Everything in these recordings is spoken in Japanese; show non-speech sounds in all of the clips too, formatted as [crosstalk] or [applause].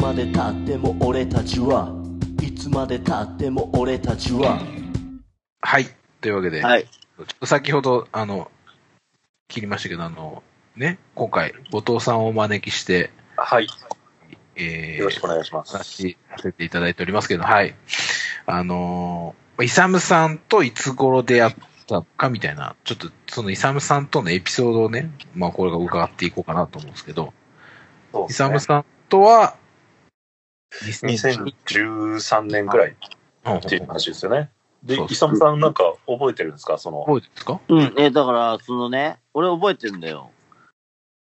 までたっても俺たちはいつまでたっても俺たちははい。というわけで、はい。ちょっと先ほど、あの、切りましたけど、あの、ね、今回、後藤さんをお招きして、はい。えよろしくおー、願いしまおす。話しさせていただいておりますけど、はい。あのー、イサムさんといつ頃出会ったのかみたいな、ちょっとそのイサムさんとのエピソードをね、まあこれが伺っていこうかなと思うんですけど、そうイですサねムさんとは、 2013年ぐらいっていう話ですよね。でそう、でイすサムさんなんか覚えてるんですかその、覚えてるんですかうん、えーだから、そのね、俺覚えてるんだよ。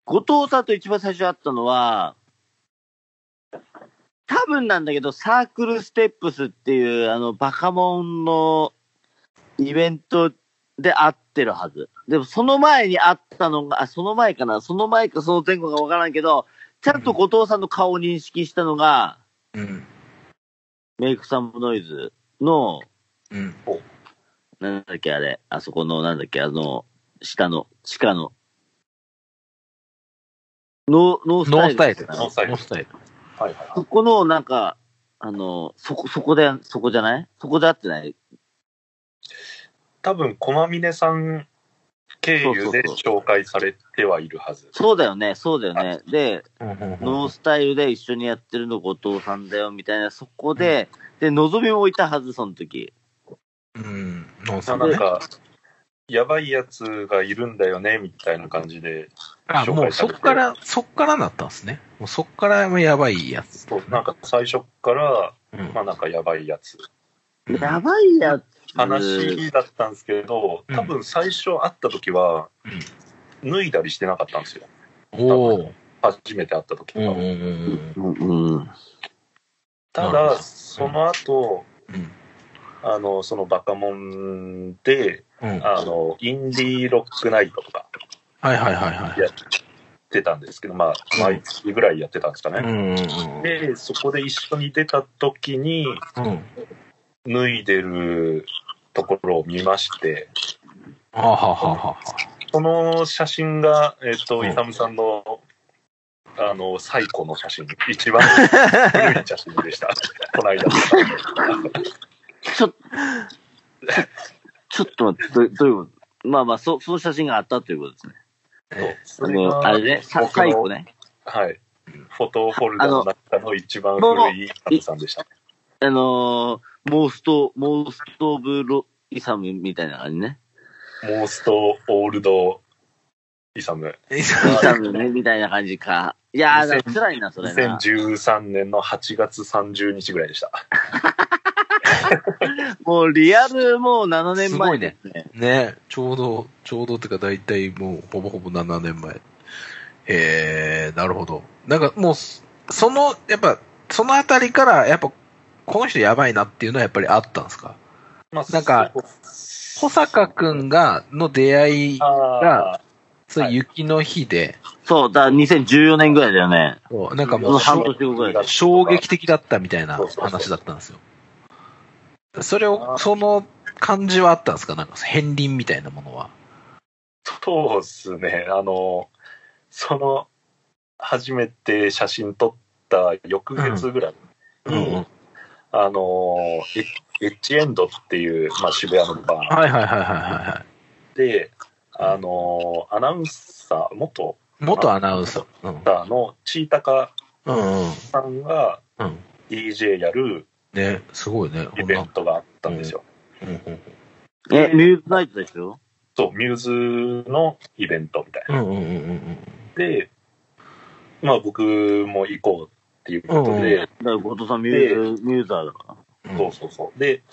後藤さんと一番最初会ったのは、多分なんだけど、サークルステップスっていう、あの、バカモンのイベントで会ってるはず。でも、その前に会ったのが、あ、その前かな、その前かその前後かわからんけど、ちゃんと後藤さんの顔を認識したのが、うん。メイクサンプノイズの、うん。なんだっけあれ、あそこの、なんだっけ、あの、下の、地下の。ノー、ノースノタイル。ースタイル。ノースタイルノースタイル。はいはいはそこの、なんか、あの、そこ、そこで、そこじゃないそこで会ってないい。多分、駒峰さん経由でそうそう紹介されてはいるはず。そうだよね、そうだよね。で、うんうんうんノースタイルで一緒にやってるの後藤さんだよ、みたいな、そこで、で、のぞみもいたはず、その時。うん、ノンさんなんね。か、やばいやつがいるんだよね、みたいな感じで、あ、もうそっから、そっからだったんですね。もうそっからもやばいやつ。そうなんか最初から、うんまあなんかやばいやつ。うんやばいやつ。話だったんですけど、うん多分最初会った時はうん、脱いだりしてなかったんですよ。おー初めて会った時うんは。うんうんうん、うん。なたるほだ、どその後、うんあの、そのバカモンで、うん。うん。はいあの、インディーロックナイトとかはいはいはい。やってたんですけど、まあ、うん毎月ぐらいやってたんですかうんね。うんで、そこで一緒に出た時に、うん。うん。脱いでるところを見まして、はあ、はあはあはその写真が、えっ、うと、んイサムさんの、あの、最古の写真、一番古い写真で [laughs] した。この間撮った。ちょ、ちょちょっと待って、どどういうことまあまあ、そ、その写真があったということですね。そあうの、あれね、さ僕の最後ね。はい。フォトフォルダの中の一番古いカズさんでした。あのー、モースト、モーストオブロイサムみたいな感じね。モーストオールドイサム。あ。えイ [laughs] サムね、みたいな感じか。いやー、 2000だから辛いな、それな。 2013年の8月30日ぐらいでした。もうリアル、もう7年前すね。ね、ちょうど、ちょうどってか大体もうほぼほぼ7年前。えー、なるほど。なんかもう、そその、やっぱ、そのあたりから、やっぱ、この人やばいなっていうのはやっぱりあったんですかまあなんか、そ小う坂くんが、の出会い、あそう雪の日で、そう、だから2014年ぐらいだよね。そうなんかそものう、半年後ぐらいでそすう。衝撃的だったみたいなそうそうそう話だったんですよ。それを、その感じはあったんですかなんか、片鱗みたいなものは。ーそうですね。あの、その、初めて写真撮った翌月ぐらいに、うんうんあの、エエッジエンドっていう、まあ、渋谷のバーはいはいはいはいはいはで、あの、アナウンサー、元い。元アナウンサー。うんアナウンサーのちいたかうんうん。さんがうん。 DJ やるね、すごいね。イベントがあったんですよ。こんなえ、ミューズナイトでしょそう、ミューズのイベントみたいな。うんうんうんうんうんで、まあ僕も行こうっていうことで、だから、後藤さんミューズ、ミューザーだから。うん。そうそうそう。で、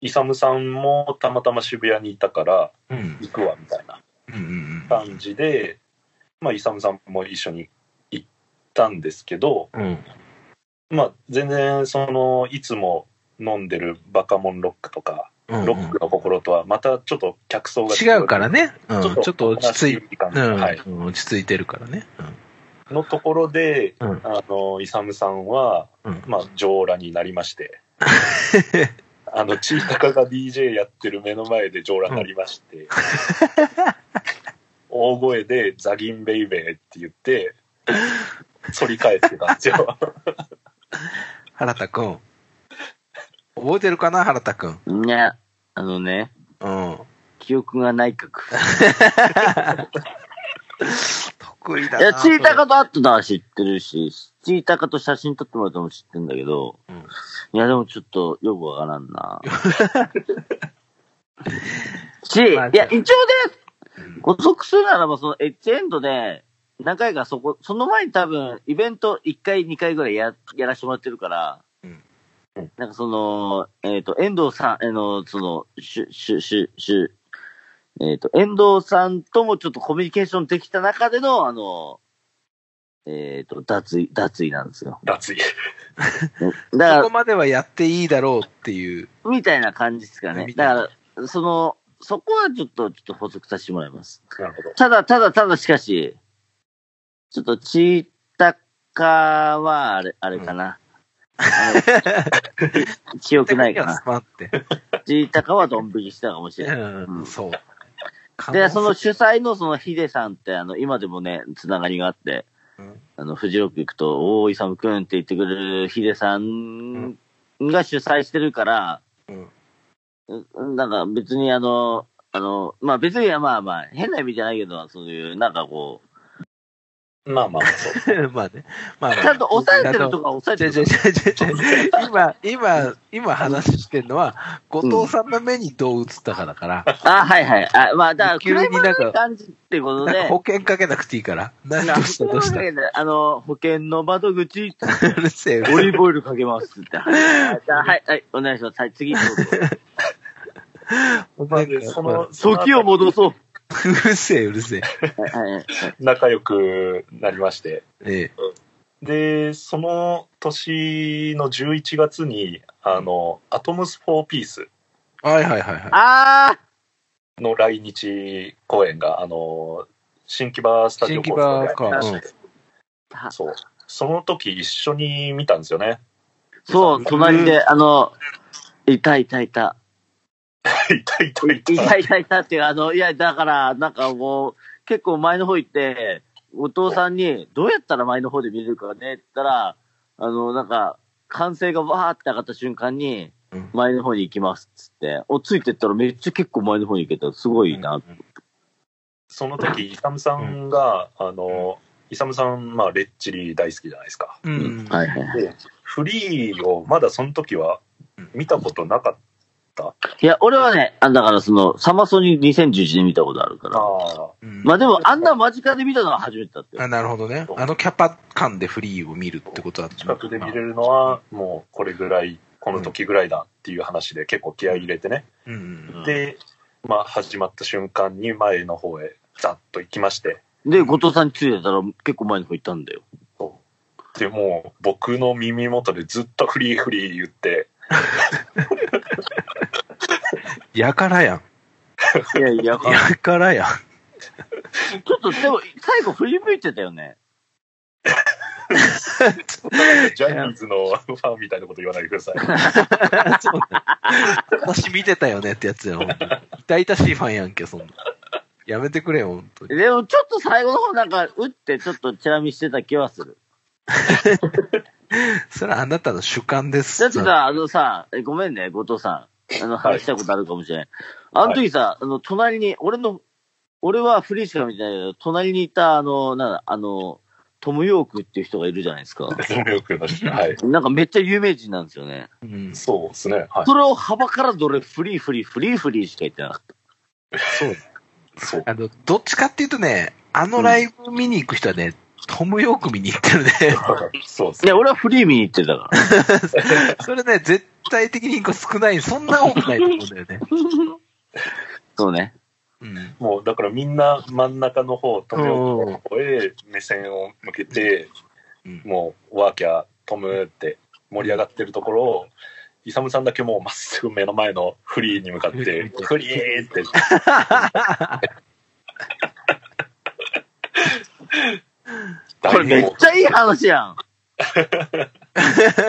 イサムさんもたまたま渋谷にいたからうん。うん行くわみたいなうんうん感じで、まあイサムさんも一緒に行ったんですけど、うん。うん。まあ全然そのいつも飲んでるバカモンロックとか、うんうんロックの心とはまたちょっと客層が違うから。ね。うんちょっとちょっと落ち着い、て、感じうんはい、うん落ち着いてるからね。のところで、うんあのイサムさんは、うんまあ、上羅になり [laughs] まして、あの、ちいたかが DJ やってる目の前で上羅になりまして、大 [laughs] 声でザギンベイベーって言って、反り返ってたんですよ。原田くん。覚えてるかな、原田くん。ね、あのね、うん。記憶がない曲。 [laughs] 得意だいな。や、チータカと会ったのは知ってるし、チータカと写真撮ってもらったのも知ってるんだけど、うんいや、でもちょっとよくわからん [laughs] な。し、いまあや、一応ねうん、補足するならば、そのエッジエンドで、何回かそこ、その前に多分、イベント1回、2回ぐらいややらせてもらってるから、うんなんかその、えっ、と、遠藤さん、あの、その、しゅ、しゅ、しゅ、しゅ、えっ、と、遠藤さんともちょっとコミュニケーションできた中での、あの、えっ、と、脱衣、脱衣なんですよ。脱衣。だそかこまではやっていいだろうっていう。ら、みたいな感じですかねみ。たいなだから、その、そこはちょっと、ちょっと補足させてもらいます。なるほど。ただ、ただ、ただ、しかし、ちょっと、チータカは、あれ、あれかな。あ [laughs] の記憶ないかなス。パンって。チータカはドン引きしたかも [laughs] しれない。うん、そう。で、その主催のそのヒデさんって、あの、今でもね、つながりがあって、うんあの、フジロック行くと、大井勇くんって言ってくれるヒデさんが主催してるから、うんうんなんか別にあの、あの、まあ別にはまあまあ、変な意味じゃないけど、そういう、なんかこう、まあまあ、そう。 [laughs] まあね。まあ、ちゃんと抑えてるとか抑えてじゃるじゃとか。じゃじゃじゃ今、今、今話してるのは、後藤さんの目にどう映ったかだから、あ、はいはい。あまあ、だから、急になんか車の感じってことなんでか、保険かけなくていいから、何などうしたどうしたんかあの、保険の窓口、うるせえよ。 [laughs] オリーブオイルかけますって。はい、 [laughs] じゃあはい、はい、お願いします。はい、次。どうぞなんでかそまあの、 [laughs] 時を戻そう。うるせえ、うるせえ。はいはいはい。仲良くなりまして。ええで、その年の11月に、あの、アトムス・フォー・ピースはいはいはいはい。あの来日公演が、あの、新木場スタジ新オ木場か大阪でありましてあそう。その時一緒に見たんですよね。そう、隣で、あの、いたいたいた。いたいたいいたた。いたいたっていう、あの、いや、だから、なんかもう、結構前の方行って、お父さんに、どうやったら前の方で見れるかねって言ったら、あの、なんか、歓声がわーって上がった瞬間にうん、前の方に行きますっつって、お、ついてったらめっちゃ結構前の方に行けた。すごいな。その時、イサムさんが、あの、イサムさん、まあ、レッチリ大好きじゃないですか。う。うんはいはいはい。フリーをまだその時は見たことなかっいや、俺はね、あだからその、サマソニ2011で見たことあるかたなら。ぁ。うんまあでも、あんな間近で見たのは初めてだって。あなるほどね。あのキャパ感でフリーを見るってことは。近くで見れるのは、もうこれぐらい、この時ぐらいだっていう話で結構気合い入れてね。うんうん。で、まあ、始まった瞬間に前の方へ、ざっと行きまして。で、後藤さんについてたら結構前の方行ったんだよ。でもう僕の耳元でずっとフリーフリー言って [laughs] やからやん。いやいや、ちょやからやん。っとでも最後振り向いてたよね。ジャニーズのファンみたいなこと言わないでください。そうね私見てたよねってやつやん。痛々しいファンやんけ、そんな。やめてくれよ、本当に。でもちょっと最後の方なんか打ってちょっとチラ見してた気はする。それはあなたの主観です。だってさ、あのさ、えごめんね、後藤さん。あの、はい話したことあるかもしれない。あの時さ、あの、隣に、俺の、俺はフリーしか見てないけど、隣にいた、あの、なんだ、あの、トム・ヨークっていう人がいるじゃないですか。 [laughs] よくなしはい。なんかめっちゃ有名人なんですよね。うん、そそうですね。はい。それを幅からどれフリーフリーフリーフリーしか言ってなかっう。 [laughs] そう。あの、どっちかっていうとね、あのライブ見に行く人はね、トムヨーク見に行ってる [laughs] ね。そうですた。いねや、。俺はフリー見に行ってたから。それね、絶対的に少ない、そんな多くないと思うんだよね。そうね。 [laughs] うん。もうだからみんな真ん中の方、トムヨークの方へ目線を向けてうん、もうワーキャー、トムって盛り上がってるところを、イサムさんだけもうまっすぐ目の前のフリーに向かって、フリーって、 [laughs] これめっちゃいい話やん。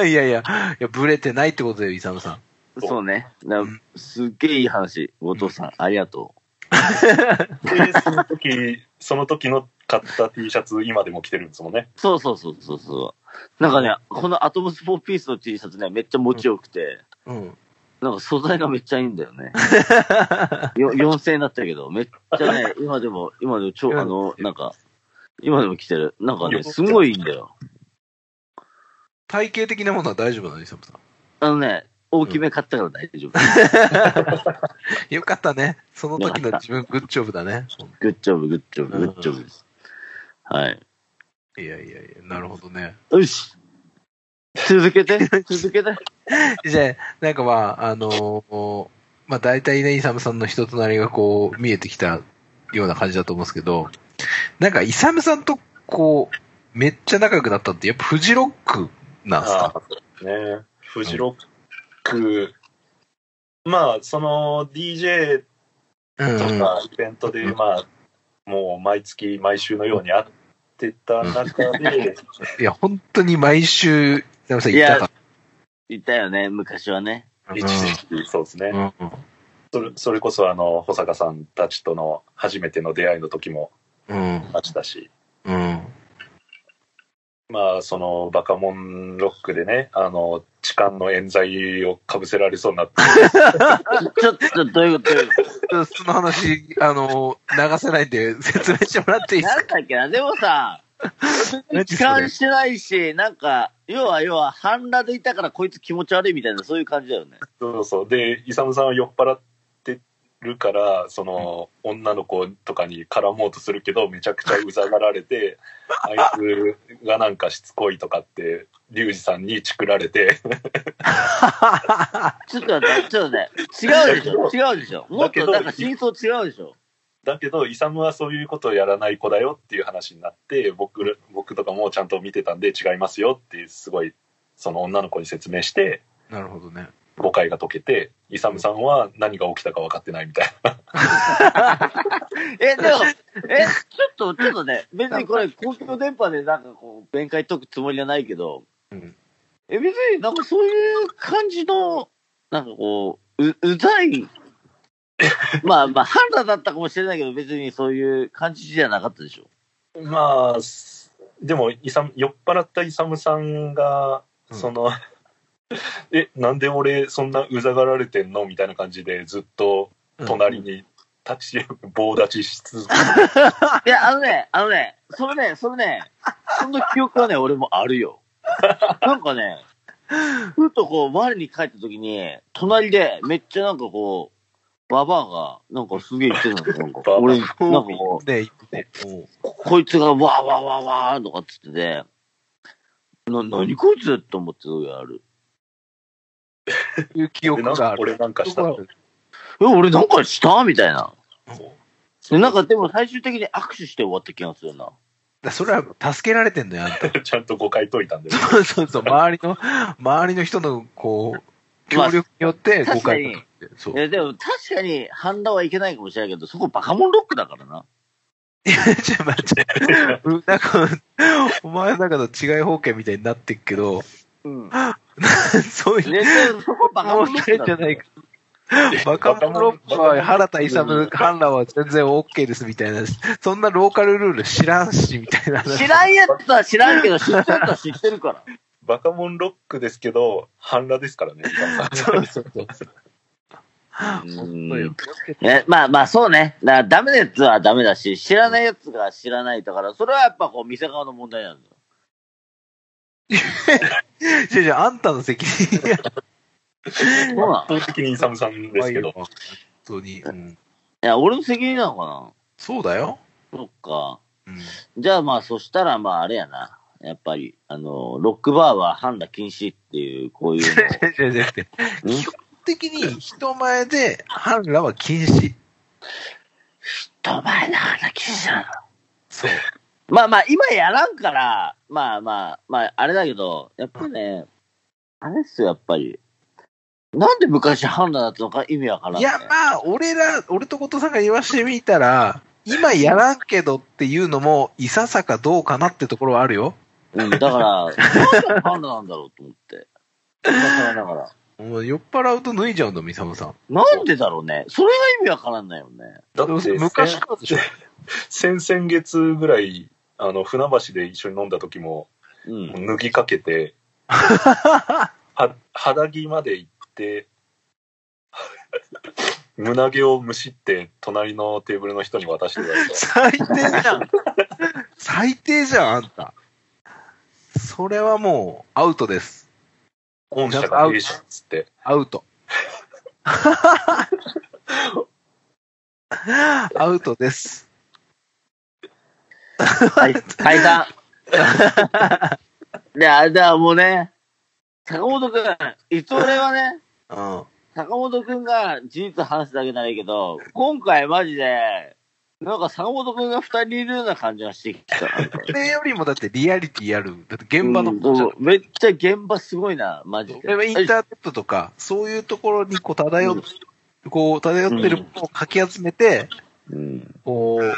いやいや、いや、ブレてないってことだよ、イサムさん。そうね。なうんすっげえいい話。後藤さん、ありがとで、その時、その時の買った T シャツ、今でも着てるんですもんね。う。そうそうそうそうそう。なんかね、このアトムス4ピースの T シャツね、めっちゃ持ちよくて、うん。なんか素材がめっちゃいいんだよ [laughs] ね。よ4000円だったけど、めっちゃね、今でも、今でも超、あの、なんか、今でも着てる。なんかね、すごいいいんだよ。体型的なものは大丈夫なの、イサムさん。あのね、大きめ買ったから大丈夫。よかったね。その時の自分、グッジョブだね。グッジョブ、グッジョブ、グッジョブです。はい。いやいやいや、なるほどね。よし続けて、続けて。 [laughs] じゃあ、なんかまあ、あのーまあ大体ね、イサムさんの人となりがこう、見えてきたような感じだと思うんですけど、なんかイサムさんとこう、めっちゃ仲良くなったって、やっぱフジロックなんですあかあそうね。フジロック、まあ、その DJ うんとうん。かイベントで、うんまあ、もう毎月、毎週のように会ってた中で、いや、本当に毎週、イサムさん行ったかいたよね、昔はね。ら。一時期、そうですね。うんうんそれそれこそ、あの、保坂さんたちとの初めての出会いの時もうん。あったし、うん。まあ、その、バカモンロックでね、あの、痴漢の冤罪をかぶせられそうになって、ちょっと、どういう [laughs] ことどういうことその話、あのー流せないんで説明してもらっていいですなかんだっけな、でもさ、何痴それ漢してないし、なんか、要は要は、半裸でいたからこいつ気持ち悪いみたいな、そういう感じだよね。そうそう。で、イサムさんは酔っ払ってるから、その、女の子とかに絡もうとするけど、めちゃくちゃうざがられて、あいつがなんかしつこいとかって、リュウジさんにチクられて、ちょっと待って、ちょっとね、違うでしょ、違うでしょ。もっだけとどなんか真相違うでしょ。だけど、イサムはそういうことをやらない子だよっていう話になって、僕ら僕とかもちゃんと見てたんで違いますよって、すごい、その女の子に説明して、なるほどね。誤解が解けて、イサムさんは何が起きたか分かってないみたいな。 [laughs] え、でも、え、ちょっと、ちょっとね、別にこれ、公共電波でなんかこう、弁解解くつもりはないけど、うんえ、別になんかそういう感じの、なんかこう、う、うざ [laughs] い、まあまあ、半裸だったかもしれないけど、別にそういう感じじゃなかったでしょ。まあ、すでも、イサム酔っ払ったイサムさんが、うんその、 [laughs] え、なんで俺そんなうざがられてんのみたいな感じで、ずっと隣に立ち、棒立ちし続けて、いや、あのね、あのね、それね、それね、その記憶はね、俺もある [laughs] よ。なんかね、ふっとこう、我に帰った時に、隣でめっちゃなんかこう、ババアが、なんかすげえ言ってたの、なんか。 [laughs] ババア俺、なんかこう、ね、ね、もうこいつがわーわーわーわーとかっつってて、な、何こいつって思ってた時ある。いう記憶でなんがあかる。俺なんかしたのえ、俺なんかしたみたいな。そでうなんかでも最終的に握手して終わった気がするな。だ [laughs] それは助けられてんのよ、あんた。ちゃんと誤解解いたん [laughs] で、そうそうそう、周りの、周りの人の、こう、協力によってまあ誤解確があって、そうい。や、でも確かに半裸はいけないかもしれないけど、そこバカモンロックだからな。いや、 [laughs] ちょ、待って。うんなんか、お前の中の違い方形みたいになってっけど、 [laughs] うん。そういう、ね、そこバカ問者題じゃないか。バカモンロックは原田勇、半裸は全然 OK ですみたいな、そんなローカルルール知らんし、みたいな。知らんやつは知らんけど、知ってる人は知ってるから。バカモンロックですけど、半裸ですからね、イサムさんそうそうそう。うんね、まあまあそうね。だからダメなやつはダメだし、知らないやつが知らないだから、それはやっぱこう、店側の問題なんだよ。じゃじゃあんたの責任やそうなの圧倒的にイサムさんですけど、本当に。うんいや、俺の責任なのかそうだよ。なそっか。うんじゃあまあ、そしたらまああれやな。やっぱり、あの、ロックバーは判断禁止っていう、こういう [laughs] のを。じゃじゃなくて、基本的に人前で半裸は禁止。人前で判断禁止なのそう。まあまあ、今やらんから、まあまあ、まあ、あれだけど、やっぱね、あれっすよ、やっぱり。なんで昔判断だったのか意味わからん、ね。いや、まあ、俺ら、俺と後藤さんが言わしてみたら、今やらんけどっていうのも、いささかどうかなってところはあるよ。うん、だから、なんで判断なんだろうと思って。だから、だから。もう酔っ払うと脱いじゃうんだ、ミサムさん。なんでだろうね。それが意味わからんないよね。だってでも昔からでしょ。先々月ぐらい、あの、船橋で一緒に飲んだ時も、うん。 [laughs] 脱ぎかけて、は肌着まで行って、胸毛をむしって、隣のテーブルの人に渡してた [laughs] りとか最低じゃん。最低じゃん、あんた。それはもう、アウトです。御社が弊社っつって、アウ [laughs] ト。アウトです。はい、解散。 [laughs] で、あれだ、もうね、坂本くん、いつ俺はね、うん。坂本くんが事実話すだけならいいけど、今回マジで、なんか坂本くんが二人いるような感じがしてきた。それよりもだってリアリティある。だって現場のう方んじゃそうめっちゃ現場すごいな、マジで。ん。インターネットとか、そういうところにこう漂って、こう漂ってるものをかき集めて、うんこう、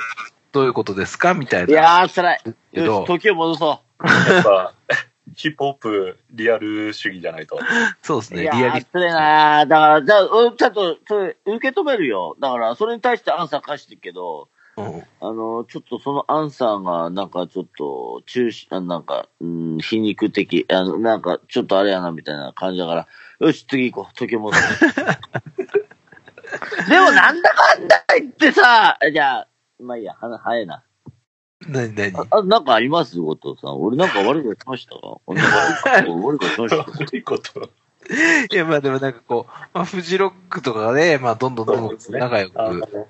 どういうことですかみたいいな。やー、辛い。けどよし、時を戻そやっぱ、 [laughs] ヒップホップリアル主義じゃないと。そうですう。ね、いリやー、アリテ辛いなーだから、じゃあ、うんちゃんと、それ、受け止めるよ。だから、それに対してアンサー返してるけど、ィ。うんあの、ちょっとそのアンサーが、なんかちょっと、中止、あなんか、うん、皮肉的、あの、なんか、ちょっとあれやな、みたいな感じだから、よし、次行こう、時も戻 [laughs] そう。でも、なんだかんだ言ってさ、じゃあ、まあいいや、は早いな。何何あ、あなんかあります後藤さん。俺なんか悪いことしました [laughs] か俺なんか悪いことしましたか悪いこと。いや、まあでもなんかこう、まあ、フジロックとかで、まあどんどんどんどん仲良あく、の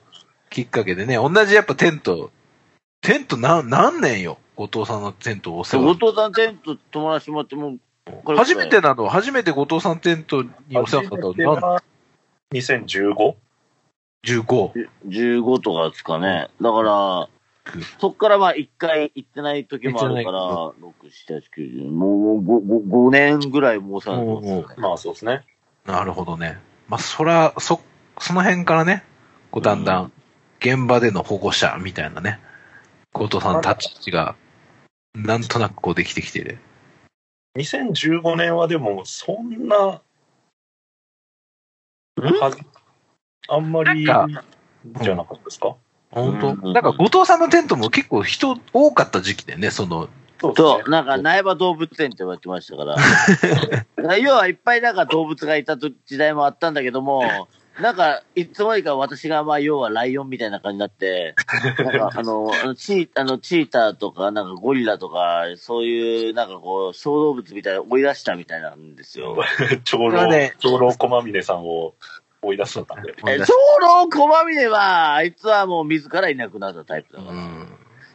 きっかけでね、同じやっぱテント、テント何、何年よ後藤さんのテントをお世後話。藤さんテント友達もらってもう、これ初めてなの、初めて後藤さんテントにお世話になったの、なんは 2015? 15。 15とかですかね。だから、そっからまあ一回行ってない時もあるから、6、7、8、9、10、もう 5, 年ぐらいもうさ、もうもまあそうですね。なるほどね。まあそら、そ、その辺からね、こうだんだ、うん現場での保護者みたいなね、後藤さんの立ち位置が、なんとなくこうできてきてる。 2015年はでも、そんな、はあんまり、じなゃんなかったですか、本うん当なんか後藤さんのテントも結構人多かった時期でね、その、そうですねそう、なんか苗場動物園って言われてましたから。だから要はいっぱいなんか動物がいた時代もあったんだけども、なんか、いつの間にか私が、まあ、要はライオンみたいな感じになって、なんか、あの、あのチー、あの、チーターとか、なんかゴリラとか、そういう、なんかこう、小動物みたいなの追い出したみたいなんですよ。長これは老、ね長老駒峰さんを追い出しちゃったんで。え、長老小峰は、あいつはもう自らいなくなったタイプだうから。ん。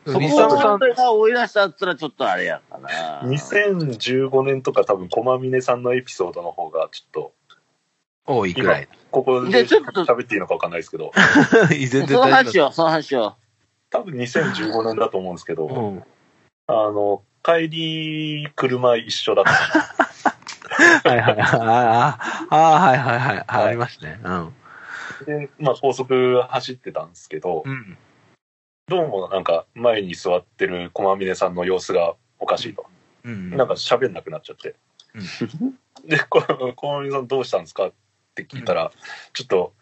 そこミをサムさん、俺が追い出したっつったらちょっとあれやかな。 2015年とか多分駒峰さんのエピソードの方がちょっ多いくらい。と、ここででちょっと喋っていいのかわかんないですけど、 [laughs] 全そ然の大話丈を、その話を。多分2015年だと思うんですけど、夫。うん。あの、帰り、車一緒だった。はいはいはい。ああ、ああはいはいはい。あありましたね。うん。で、まあ、高速走ってたんですけど、うん。どうもなんか前に座ってる駒峰さんの様子がおかしいと、うん。なんか喋んなくなっちゃって、う [laughs] でこ駒峰さんどうしたんですかって聞いたら、ちょっと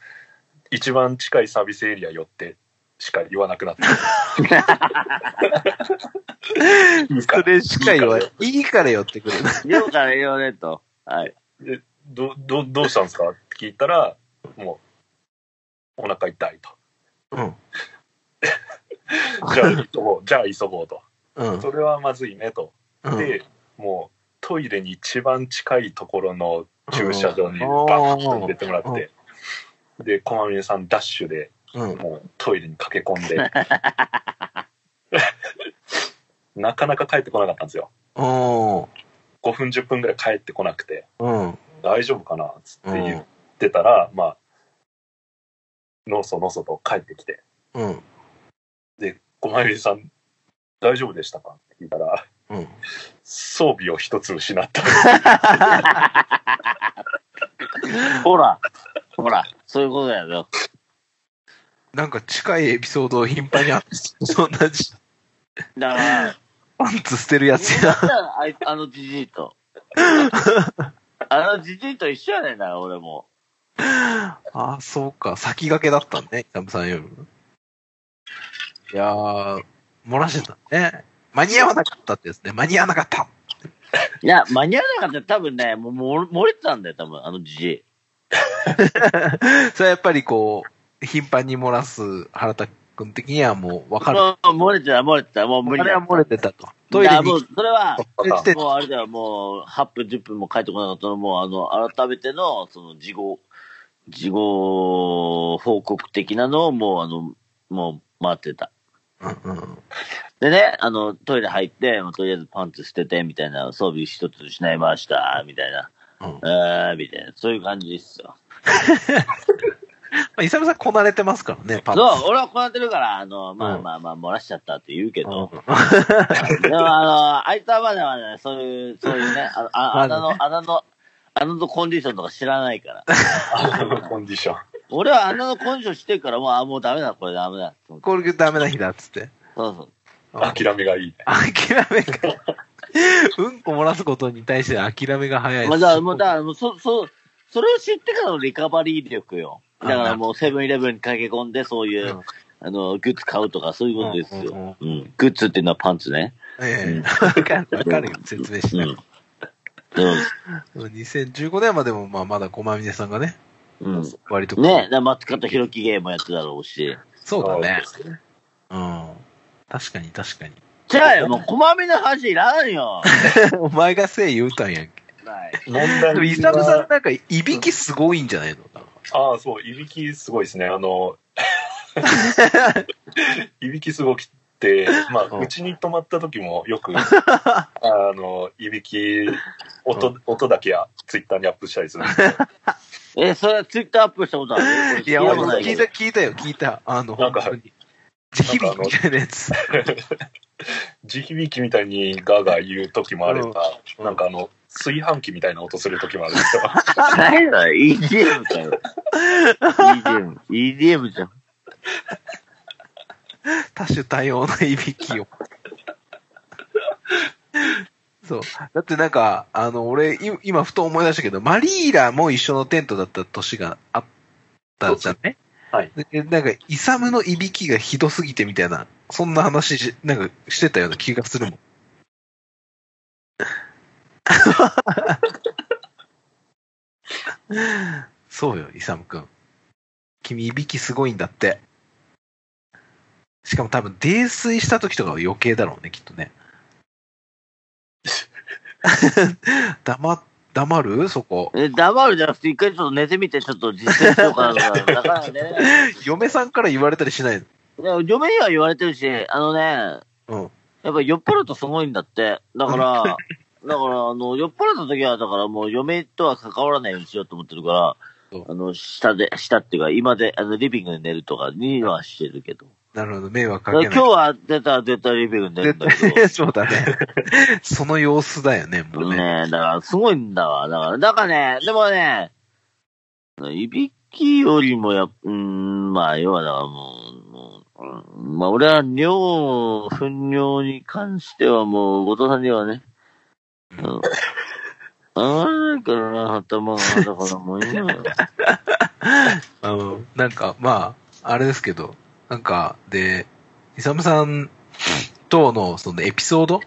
一番近いサービスエリア寄ってしか言わなくな [laughs] っていいかそれしか言わいない。いいから寄ってくれる。ようから言わねと。はい。どどどうしたんですかって聞いたらもうお腹痛いとうん。じ [laughs] ゃあ急ごうじゃあ急ごうとうん。それはまずいねとうんで、もうトイレに一番近いところの駐車場にうバんッと入れてもらって、で、駒峰さんダッシュでうん。もうトイレに駆け込んで、 [laughs] なかなか帰ってこなかったんですよ。おー5分、10分ぐらい帰ってこなくて、うん。大丈夫かなっつってうん言ってたら、まあ、のそのそと帰ってきて、うん。で、駒峰さん、大丈夫でしたかって聞いたら、うん。装備を一つ失 [laughs] った。ほら。ほら。そういうことやよ。なんか近いエピソードを頻繁にあって、 [laughs] そんなじだから、パンツ捨てるやつや。あいあのじじいと。あのじじいと一緒やねんな、俺も。 [laughs] ああ、そうか。先駆けだったんね、イサムさんよりも。いやー、漏らしてたね。間に合わなかったってですね。間に合わなかった。 [laughs] いや、間に合わなかったら多分ね、もうもう漏れてたんだよ、多分、あのじじい。それはやっぱりこう、頻繁に漏らす原田君的にはもう分かる。もう漏れてた、漏れてた、もう無理あれだは漏れてたと。トイいレやにもう、それは、行って、もうあれだよ、もう、8分、10分も帰ってこなかったのも、あの、改めての、その、事後、事後報告的なのを、もう、あの、もう、待ってた。うんうんでね、あの、トイレ入って、もうとりあえずパンツ捨てて、みたいな、装備一つ失いました、みたいな、うんあーみたいな、そういう感じですよ。まあ、イサムさんこなれてますからね、パそうンツ。、俺はこうやってるから、あの、まあまあまあ、漏らしちゃったって言うけうど、[laughs] んでも、あの、あいつはまだまだね、そういう、そういうね、ああま穴だねの、穴の、穴のコンディションとか知らないから。コンディション。俺は穴のコンディションしてるから、もう、あ、もうダメだ、これダメだ。そうこれダメな日だっつって。そう。うん諦めがいいね。諦めが、うんこ漏らすことに対して諦めが早いまあ、だから、もう、だから、もう、そ、そ、それを知ってからのリカバリー力よ。だからもう、セブンイレブンに駆け込んで、そういう、うんあの、グッズ買うとか、そういうことですうよん。うんグッズっていうのはパンツね。ええわかる、わかるよ、説明しうなんい。。う2015年までも、まあ、まだ駒峰さんがね、ん。うん。割とこう、ねだから松方弘樹ゲームやってたろうし。そうだね。そうですね。うん。確かに、確かに。 [laughs] じゃあよ、もう、こまめな話いらんよ。お前がせい言うたんやんけ。はい問で題も、イサムさんなんか、いびきすごいんじゃないのああ、そう、いびきすごいですね。[laughs] あの、いびきすごくって、まうあ、んうちに泊まった時も [laughs] よく、あの、いびき、音、音だけや、ツイッターにアップしたりするんですけえ、それはツイッターアップしたことあるいや、俺聞た俺もことな聞いた、聞いたよ、聞いた。あの、なん本か当に。地響きみたいなやつ。ど地響きみたいにガーガー言う時もあれば、うんなんかあの、炊飯器みたいな音する時もある [laughs] んですよ。何だよ、EDM かよ。EDM、EDM じゃん。 [laughs] 多種多様ないびきを。 [laughs] そう。だってなんか、あの、俺、い今ふと思い出したけど、マリーラも一緒のテントだった年があったじゃんね。はいで。なんか、イサムのいびきがひどすぎてみたいな、そんな話し、なんかしてたような気がするもん。 [laughs] そうよ、イサムくん。君、いびきすごいんだって。しかも多分、泥酔した時とかは余計だろうね、きっとね。黙、黙るそこ。え、黙るじゃなくて、一回ちょっと寝てみて、ちょっと実践しようかなとか。だからね、嫁さんから言われたりしないので嫁には言われてるし、あのね、うん。やっぱ酔っ払うとすごいんだって。だから、だから、あの、酔っ払った時は、だからもう嫁とは関わらないようにしようと思ってるからそ、あの、下で、下っていうか、今で、あの、リビングで寝るとかにはしてるけど。なるほど、迷惑かだからけない。今日は出たら絶対リビングで寝るんだけど。そうだね。 [laughs] その様子だよね、もうね。ねえ、だからすごいんだわ。だから、だからね、でもね、いびきよりもやっ、うん、まあ、要はだからもう、もううんまあ、俺は尿、糞尿に関してはもう、後藤さんにはね、うん。ああ、だからな、頭が、だからもう今、あの、なんか、まあ、あれですけど、なんか、で、イサムさんとの、そのエピソード、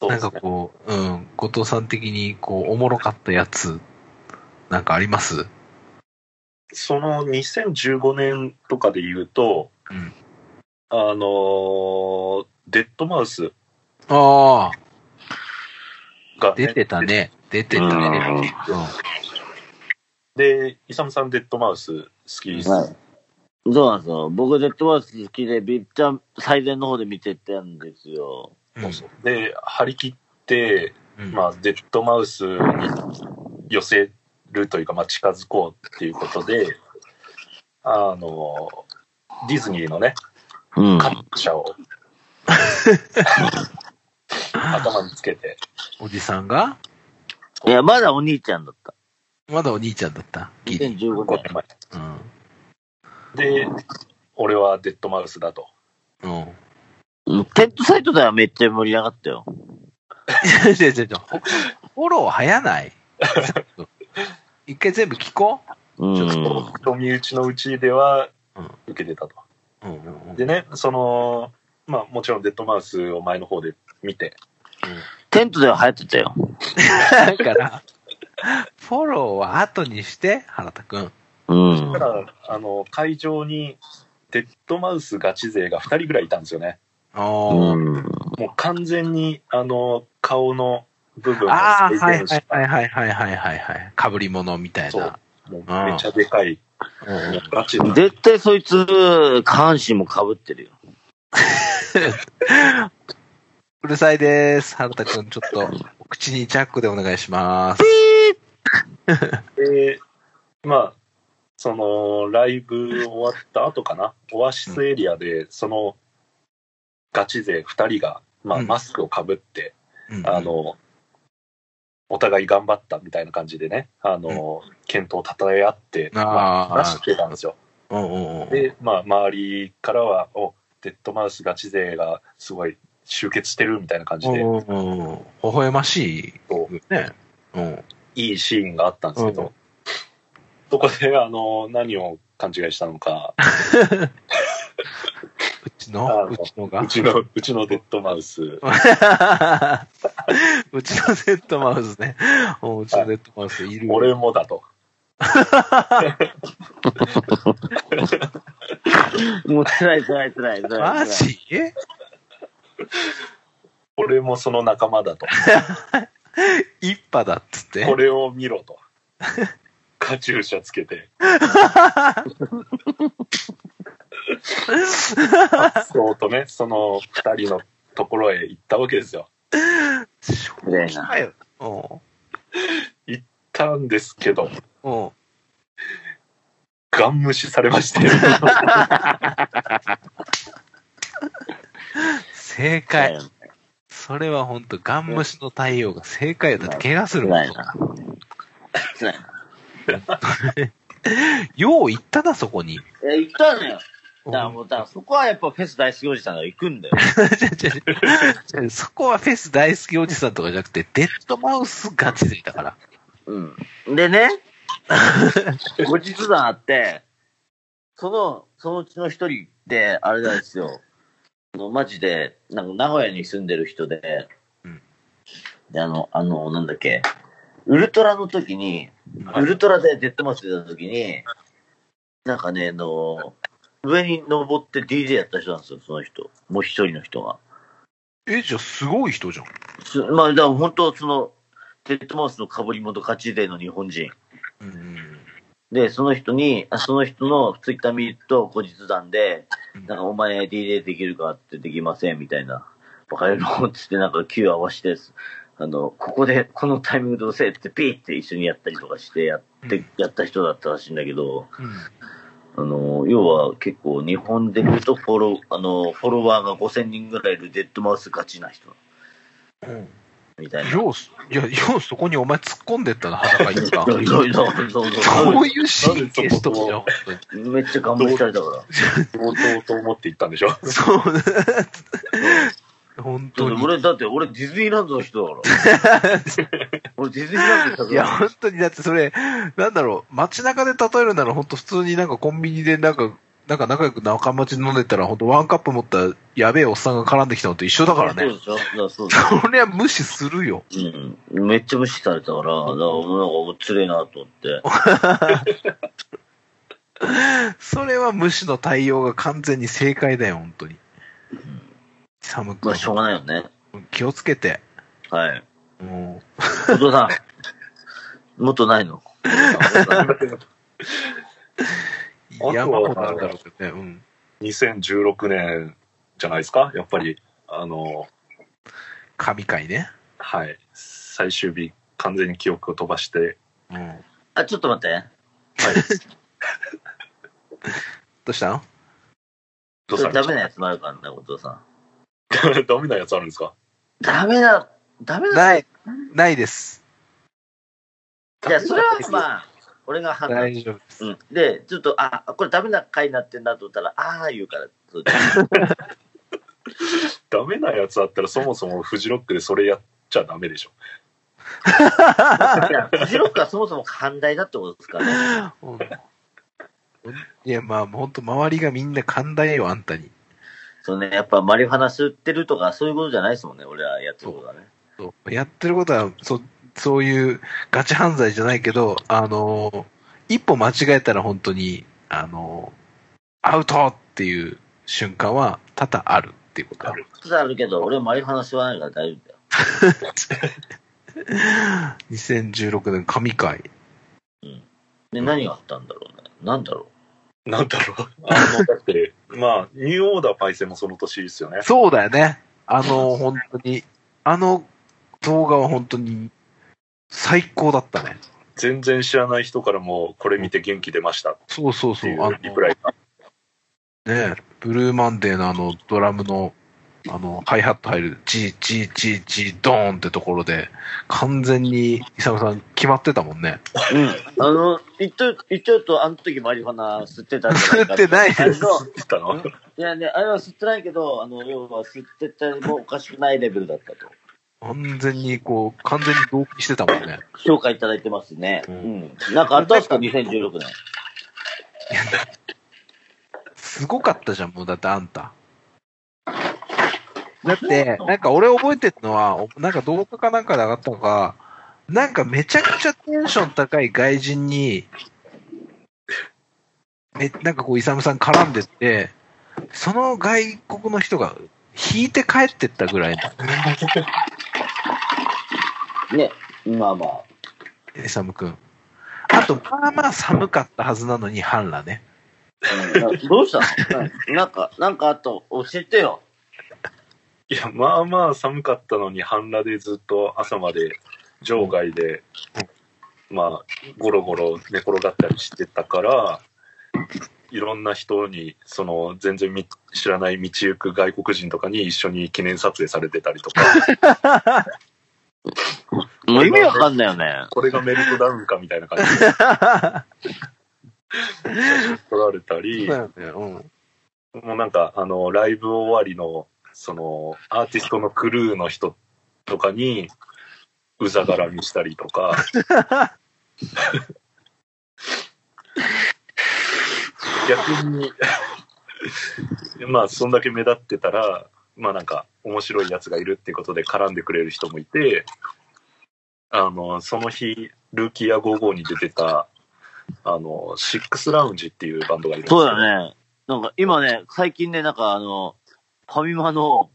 そうなでんすかねこう、うん、後藤さん的に、こう、おもろかったやつ、なんかありますその2015年とかで言うと、うんあのーデッドマウスああ、が、出てたね。出てたね。で、イサムさんデッドマウス好きです。はい。そうなんですよ。僕、デッドバース好きで、びっちゃん、最善の方で見てたんですよ。うん。そうそうで、張り切って、うんまあ、デッドマウスに寄せるというか、まあ、近づこうっていうことで、あのーディズニーのね、うん。各社 [laughs] を頭につけて、おじさんが、いや、まだお兄ちゃんだった。まだお兄ちゃんだった。ギリ。 2015 5年。年前。うん。で、俺はデッドマウスだと。うん。 [laughs] うんテントサイトではめっちゃ盛り上がったよ。違う違う違う。フォロー早ない。 [laughs] 一回全部聞こうん。ちょっと人身内のうちではうん受けてたと。う。うんうんうんでね、その、まあもちろんデッドマウスを前の方で見て、テントでは流行ってたよ。だから、フォローは後にして、原田くん。うんた。だ、あの、会場に、デッドマウスガチ勢が2人ぐらいいたんですよね。おー。うん。もう完全に、あの、顔の部分をああ、再はい現はしいはいはいはいはいはいはい。かぶり物みたいそうな。もうめちゃでかい、もうガチな絶対そいつ、下半身も被ってるよ。うるさいです。原田くん、ちょっと、お口にジャックでお願いします。で、まあ、その、ライブ終わった後かな、オアシスエリアで、その、ガチ勢2人が、まあ、うんマスクをかぶって、うんあ、の、お互い頑張ったみたいな感じでね、あの、健闘をたたえ合って、まあ、あー話してたんですよ。うんうんうん。で、まあ、周りからは、おデッドマウスガチ勢がすごい集結してるみたいな感じで、うんうんうん。微笑ましい。ね。うん。いいシーンがあったんですけど、うんそこで、あの、何を勘違いしたのか、うちの、あうちのがう。ちの、うちのデッドマウス。 [laughs] うちのデッドマウスね。うんうちのデッドマウスいる。俺もだと。もう辛い辛い辛い辛い辛い。マジえ俺もその仲間だと。一派だっつって。これを見ろと。カチューシャつけ [laughs] て。そうとね、その二人のところへ行ったわけですよ。正辛い気な。かよ。う行ったんですけど、ん。うん。ガン無視されまして。正辛い解。それは本当ガン虫の対応が正解だってうん怪我するも辛いん。な。辛いな。よう言ったな、そこに。いや、行ったのよ。だうんからもう、だからそこはやっぱフェス大好きおじさんが行くんだよ。違う違う違うそこはフェス大好きおじさんとかじゃなくて、デッドマウスガチでだから。うん。でね、 [laughs] 後日談あって、その、そのうちの一人って、あれなんですよ。あのマジで、なんか名古屋に住んでる人で、うんで、あの、あの、なんだっけ、ウルトラの時に、はいウルトラでデッドマウス出た時に、なんかね、あの、上に登って DJ やった人なんですよ、その人。もう一人の人が。え、じゃあすごい人じゃん。すまあ、だから本当、その、デッドマウスの被り元勝ち勢の日本人。うん。で、その人に、あその人のツイッター見ると、後日談でうん、なんか、お前 DJ できるかってできません、みたいな。バカ野郎っつって、なんか、急合わせて、あの、ここで、このタイミングで押せって、ピーって一緒にやったりとかして、やって、うんやった人だったらしいんだけど、うんあの、要は結構、日本で見ると、フォロー、あの、フォロワーが5000人ぐらいいるデッドマウスガチな人、うんみたいな。ようす、いや、ようそこにお前突っ込んでったな、裸 [laughs] 一貫。そうそうそうそうそういう神経しとくじゃん、本当に。めっちゃ頑張りたいだから。強盗と思って行ったんでしょ。 [laughs] そう。本だ当ってに。俺、だって俺ディズニーランドの人だ [laughs] から。俺ディズニーランドのい人だや、か本当に、だってそれ、なんだろう、街中で例えるなら、本当普通になんかコンビニでなんか、なんか仲良く仲間ち飲んでたら、本当ワンカップ持ったやべえおっさんが絡んできたのと一緒だからら。ね。そうでしょそうだそうそりゃ無視するよ。だ。うん。めっちゃ無視されたから、だからなんかおつれえなと思って。それは無視の対応が完全に正解だよ、本当に。寒くまあ、しょうがないよね。気をつけて。はい。もお父さ [laughs] ん、もっとないのう、山ほどあるだろうけどね。うん。 2016年じゃないですか。やっぱり、あの、神回ね。はい。最終日、完全に記憶を飛ばして、うん。どあ、ちょっと待って。はい。うしたのどうそされれまダしメなやつもあるからね、お父さん。た [laughs] ダメなやつあるんですかダメな、ダメな。ない。ないです。いや、それはまあ、俺が判断大。丈夫です。うん。で、ちょっと、あ、これダメな回になってんなと思ったら、ああ言うから。そうダメなやつあったらそもそもフジロックでそれやっちゃダメでしょ。いや、フジロックはそもそも寛大だってことですからね。うんいや、まあ、本当周りがみんな寛大よ、あんたに。そうね、やっぱマリファナ吸ってるとか、そういうことじゃないですもんね、俺はやってることはね。そうやってることは、そそういうガチ犯罪じゃないけど、あの、一歩間違えたら本当に、あの、アウトっていう瞬間は多々あるっていうことだあるあるけど、俺マリファナ吸わないから大丈夫だよ。 2016年神回。で、何があったんだろうね。なんだろなんだろう。あの、だって、まあ、ニューオーダーパイセンもその年ですよね。そうだよね。あの、本当に、あの動画は本当に最高だったね。全然知らない人からも、これ見て元気出ましたっそうそうてそう。いあうのリプライが。ねブルーマンデーのあのドラムの、あの、ハイハット入る、チーチーチーチードーンってところで、完全に、イサムさん決まってたもんね。う。うん。あの、言っと、言っちゃうと、あの時マリファナ吸ってたんじゃないか吸ってないあの知ったのいやね、あれは吸ってないけど、あの、要は吸っててもおかしくないレベルだったと。完全に、こう、完全に同期してたもんね。評価いただいてますね。ううんん。なんかあったんですか、2016年。すごかったじゃん、もうだってあんた。だって、なんか俺覚えてるのは、なんか動画かなんかで上がったのが、なんかめちゃくちゃテンション高い外人に、え、なんかこう、イサムさん絡んでって、その外国の人が引いて帰ってったぐらいね。まあまあ。の、イサムくん。あと、まあまあ寒かったはずなのに、半裸ね。うんなどうしたの [laughs] ななんか、なんかあと教えてよ。いや、まあまあ寒かったのに、半裸でずっと朝まで場外で、まあ、ゴロゴロ寝転がったりしてたから、いろんな人に、その、全然み知らない道行く外国人とかに一緒に記念撮影されてたりとか、もう意味わかんないよね。これがメルトダウンかみたいな感じで撮られたそう [laughs] り、だよね。うん。もうなんか、あの、ライブ終わりの、その、アーティストのクルーの人とかに、うざがらみしたりとか、逆に、まあ、そんだけ目立ってたら、まあなんか、面白いやつがいるっていうことで絡んでくれる人もいて、あの、その日、ルーキーや55に出てた、あの、シックスラウンジっていうバンドがいるんですそうよだね。なんか今ね、最近ね、なんかあの、ファミマの、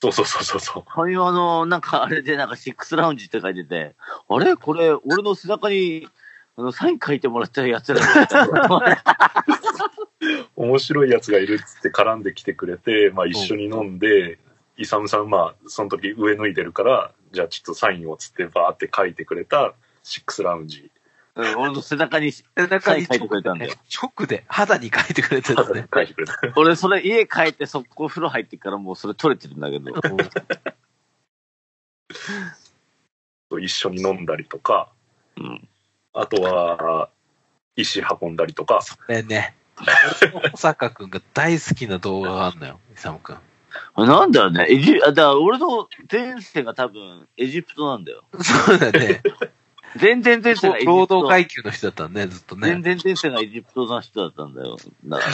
そうそうそうそうそう。ファミマの、なんかあれで、なんかシックスラウンジって書いてて、あれこれ、俺の背中に、あの、サイン書いてもらったやつら [laughs] だ。面白いやつがいるっつって絡んできてくれて、まあ、一緒に飲んで、イサムさん、まあ、その時上脱いでるから、じゃあちょっとサインをつってバーって書いてくれたシックスラウンジ。うん俺の背中に、で中サイにン書いてくれたんだよ。直で、肌に書いてくれてるね。書いてくれた。 [laughs] 俺、それ家帰って、速攻風呂入ってからもうそれ取れてるんだけど。一緒に飲んだりとか、うんあとは、石運んだりとか、これね、小坂くんが大好きな動画があるのよ、イサムくん。なんだよね。エジあ、だから俺の前世が多分、エジプトなんだよ。そうだね。全然前世がエジプト。労働階級の人だったんね、ずっと全ね。然前世がエジプトの人だったんだよ。だから。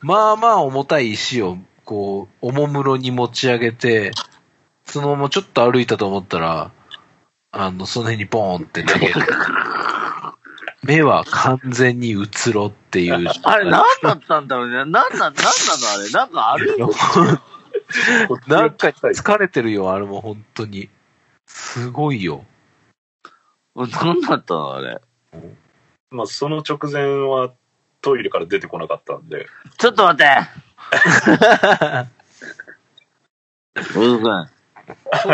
まあまあ重たい石を、こう、おもむろに持ち上げて、そのままちょっと歩いたと思ったら、あの、その辺にボーンって投げる。目は完全にうつろっていう。あれ、何だったんだろうね。何なん、何なのあれ。なんかあるよ。なんか疲れてるよ、あれも本当に。すごいよ。何だったのあれ。まあ、その直前はトイレから出てこなかったんで、ちょっと待って。小津くは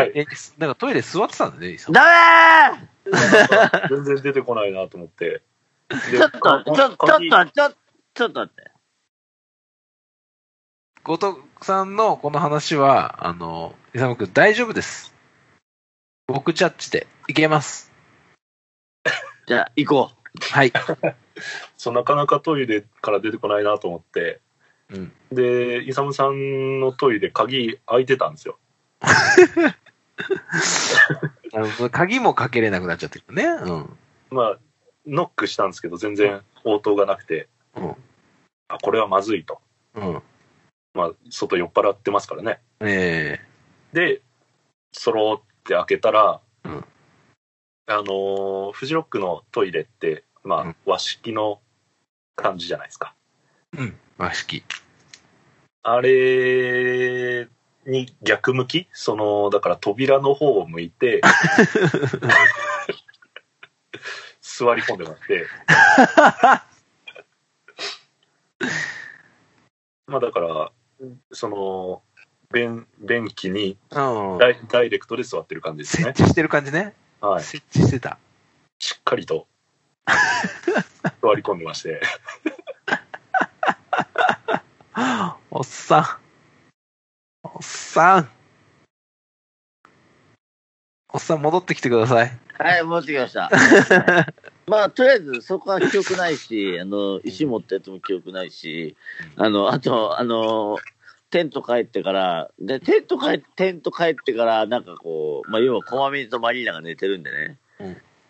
いえなんかトイレ座ってたんだね、イサん。ム。ダメ全然出てこないなと思って。ーちょっと、ちょ、ちょっと、ちょ、ちょっと待って。後藤さんのこの話は、あの、イサム君大丈夫です。僕ジャッジでいけます。じゃあ、行こ [laughs] はい。そうなかなかトイレから出てこないなと思って、うんでイサムさんのトイレ鍵開いてたんですよあの鍵もかけれなくなっちゃったけどね。うん。まあノックしたんですけど全然応答がなくて、うんあこれはまずいとうん。まあ外酔っ払ってますからねええでそろって開けたら、うんあのーフジロックのトイレって、まあ、うん和式の感じじゃないですか。うん。和式。あれに逆向きその、だから扉の方を向いて、座り込んでもらって。まあだから、その、便、便器にうん。ダイダイレクトで座ってる感じです設ね。置してる感じね。はい。設置してた。しっかりと座り込んでまして。おっさん。おっさん。おっさん戻ってきてください。はい、戻ってきました。まあ、とりあえず、そこは記憶ないし、あの、石持ったやつも記憶ないし、あの、あと、あの、テント帰ってから、で、テント帰って、テント帰ってから、なんかこう、まあ、要は、コマミとマリーナが寝てるんでね、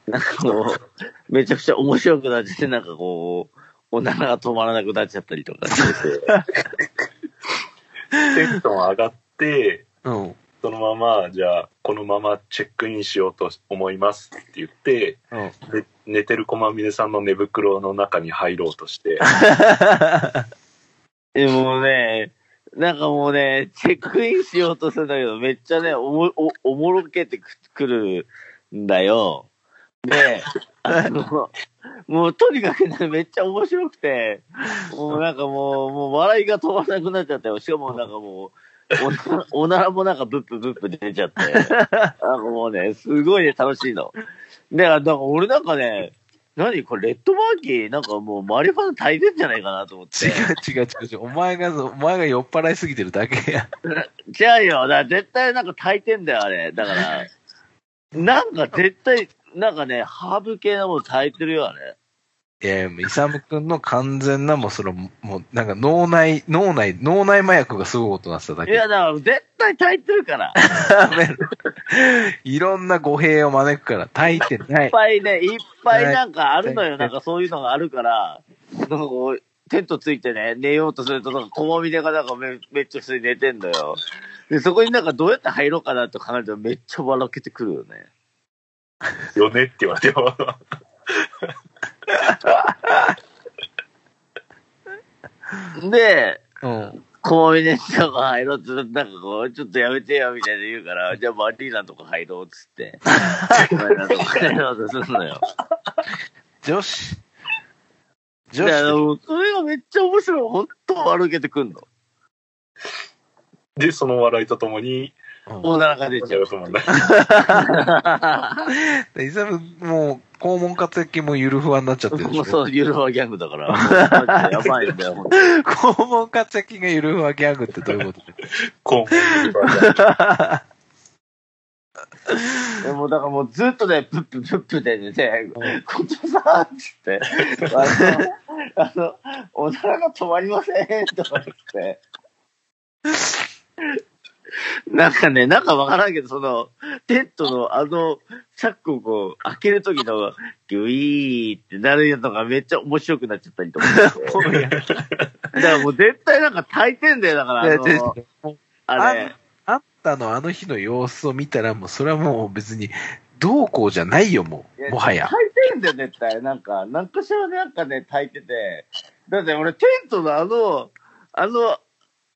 なんかこう、めちゃくちゃ面白くなっちゃって、なんかこう、おならが止まらなくなっちゃったりとかしてて、テンション上がって、 [laughs] うん。そのまま、じゃあ、このままチェックインしようと思いますって言って、うん。で寝てる駒峰さんの寝袋の中に入ろうとして、 [laughs] でもうね、なんかもうね、チェックインしようとするんだけど、めっちゃね、おもおおもろけてくくるんだよ。で、あの、もうとにかくね、めっちゃ面白くて、もうなんかもう、もう笑いが止まらなくなっちゃったよ。しかもなんかもう、おなおならもなんかブップブップ出ちゃって、なんかもうね、すごいね、楽しいの。だから、なんか俺なんかね、何これ、レッドマーキー、なんかもう、マリファナ足りてんじゃないかなと思って。違う違う違う違う。お前が、お前が酔っ払いすぎてるだけや。違うよ。だから絶対なんか炊いてんだよ、あれ。だ [laughs] から、なんか絶対、なんかね、ハーブ系のもの炊いてるよ、あれ。いや、もうイサム君の完全な、もうそれはもう、もうなんか脳内、脳内、脳内麻薬がすごいことになってただけ。いや、だから絶対炊いてるから。いダメだ [laughs] いろんな語弊を招くから、炊いてなっ [laughs] い。ぱいね、いっぱいなんかあるのよ。はいなんかそういうのがあるから、なんかこう、テントついてね、寝ようとすると、なんか小みでがなんかめめっちゃ普通に寝てんのよ。で、そこになんかどうやって入ろうかなって考えるとめっちゃ笑けてくるよね。よねって言われても、 [laughs] で、うん。コマミネとか入ろうっつって、なんかこう、ちょっとやめてよみたいな言う [laughs] から、じゃあマリーナのとか入ろうっつって、マリーナのとか入ろうとするのよ。女子。で女あ子。のそれがめっちゃ面白い。本当悪けてくんの。で、その笑いとともに、お腹が出ちゃ [laughs] う。そのねでイサム、もう、肛門活躍もゆるふわになっちゃってるでしもうょ。そう、ユーロはギャングだ [laughs] から。マジでやばいんだよ、本当に肛門活躍がゆるふわギャグってどういうことこでもうだからもうずっとね、プッププップでね、こっちさんっつって、あの、あのお皿が止まりませんとか言って。なんかね、なんかわからんけど、その、テントのあの、チャックをこう、開ける時の、ギュイーってなるのがめっちゃ面白くなっちゃったりとか [laughs] して。うやだからもう絶対なんか炊いてんだよ、だから、 [laughs] あいやの、でもうあれ。あんたのあの日の様子を見たら、もうそれはもう別に、どうこうじゃないよ、もう。もはや。炊いてんだよ、絶対。なんか、なんかしらね、なんかね、炊いてて。だって俺、テントのあの、あの、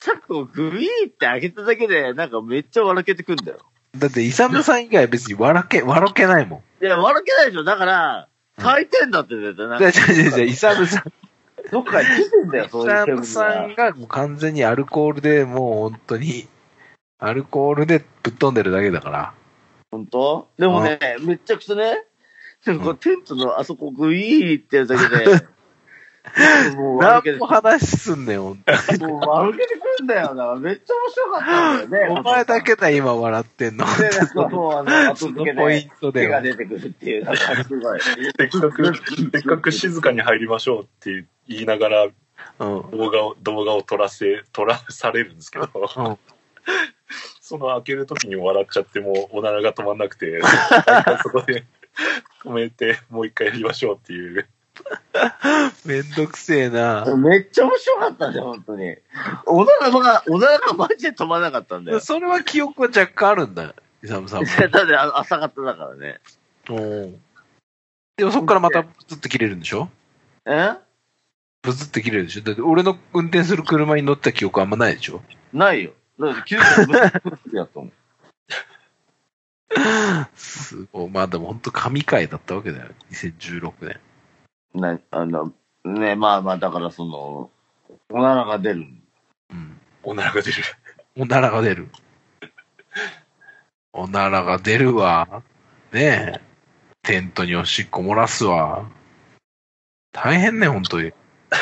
チャックをグイーって開けただけで、なんかめっちゃ笑けてくんだよ。だって、イサムさん以外別に笑け、笑けないもん。いや、笑けないでしょ。だから、炊いてんだって絶対。なん [laughs] じゃかじゃじゃじゃイサムさん、どっかに来てんだよ、イそういサう煙ムがさんがもう完全にアルコールで、もう本当に、アルコールでぶっ飛んでるだけだから。本当でもね、めちゃくちゃね、なんかテントのあそこグイーってやるだ [laughs] けで、もう笑け何ても話すんねん、本当にもう笑けてくんだよな。めっちゃ面白かったんだよね。 [laughs] お前だけだ、今笑ってん [laughs] の。で、なんかもう、あの、後付けポインで、トで手が出てくるっていう、なんかすごい。せっかく、せっかく静かに入りましょうって言いながらうん。動画を、動画を撮らせ、撮らされるんですけど、うんその開けるときに笑っちゃって、もうおならが止まんなくて、 [laughs] 一回そこで止めて、もう一回やりましょうっていう。めんどくせえな。めっちゃ面白かったんだよ、本当 [laughs] に。おならが、おならがマジで止まらなかったんだよ。それは記憶は若干あるんだよ。イサムさんだも [laughs] っ。てあの朝方だからね。でもそこからまたブツって切れるんでしょえブツって切れるでしょだって俺の運転する車に乗ってた記憶あんまないでしょないよ。だって90分ぶっやったもん。すごい。まあでも本当神回だったわけだよ。2016年。なあの、ね、まあまあ、だからその、おならが出る。うん。おならが出る。おならが出 [laughs] る。おならが出るわ。ねえ。テントにおしっこ漏らすわ。大変ね、本当に。あ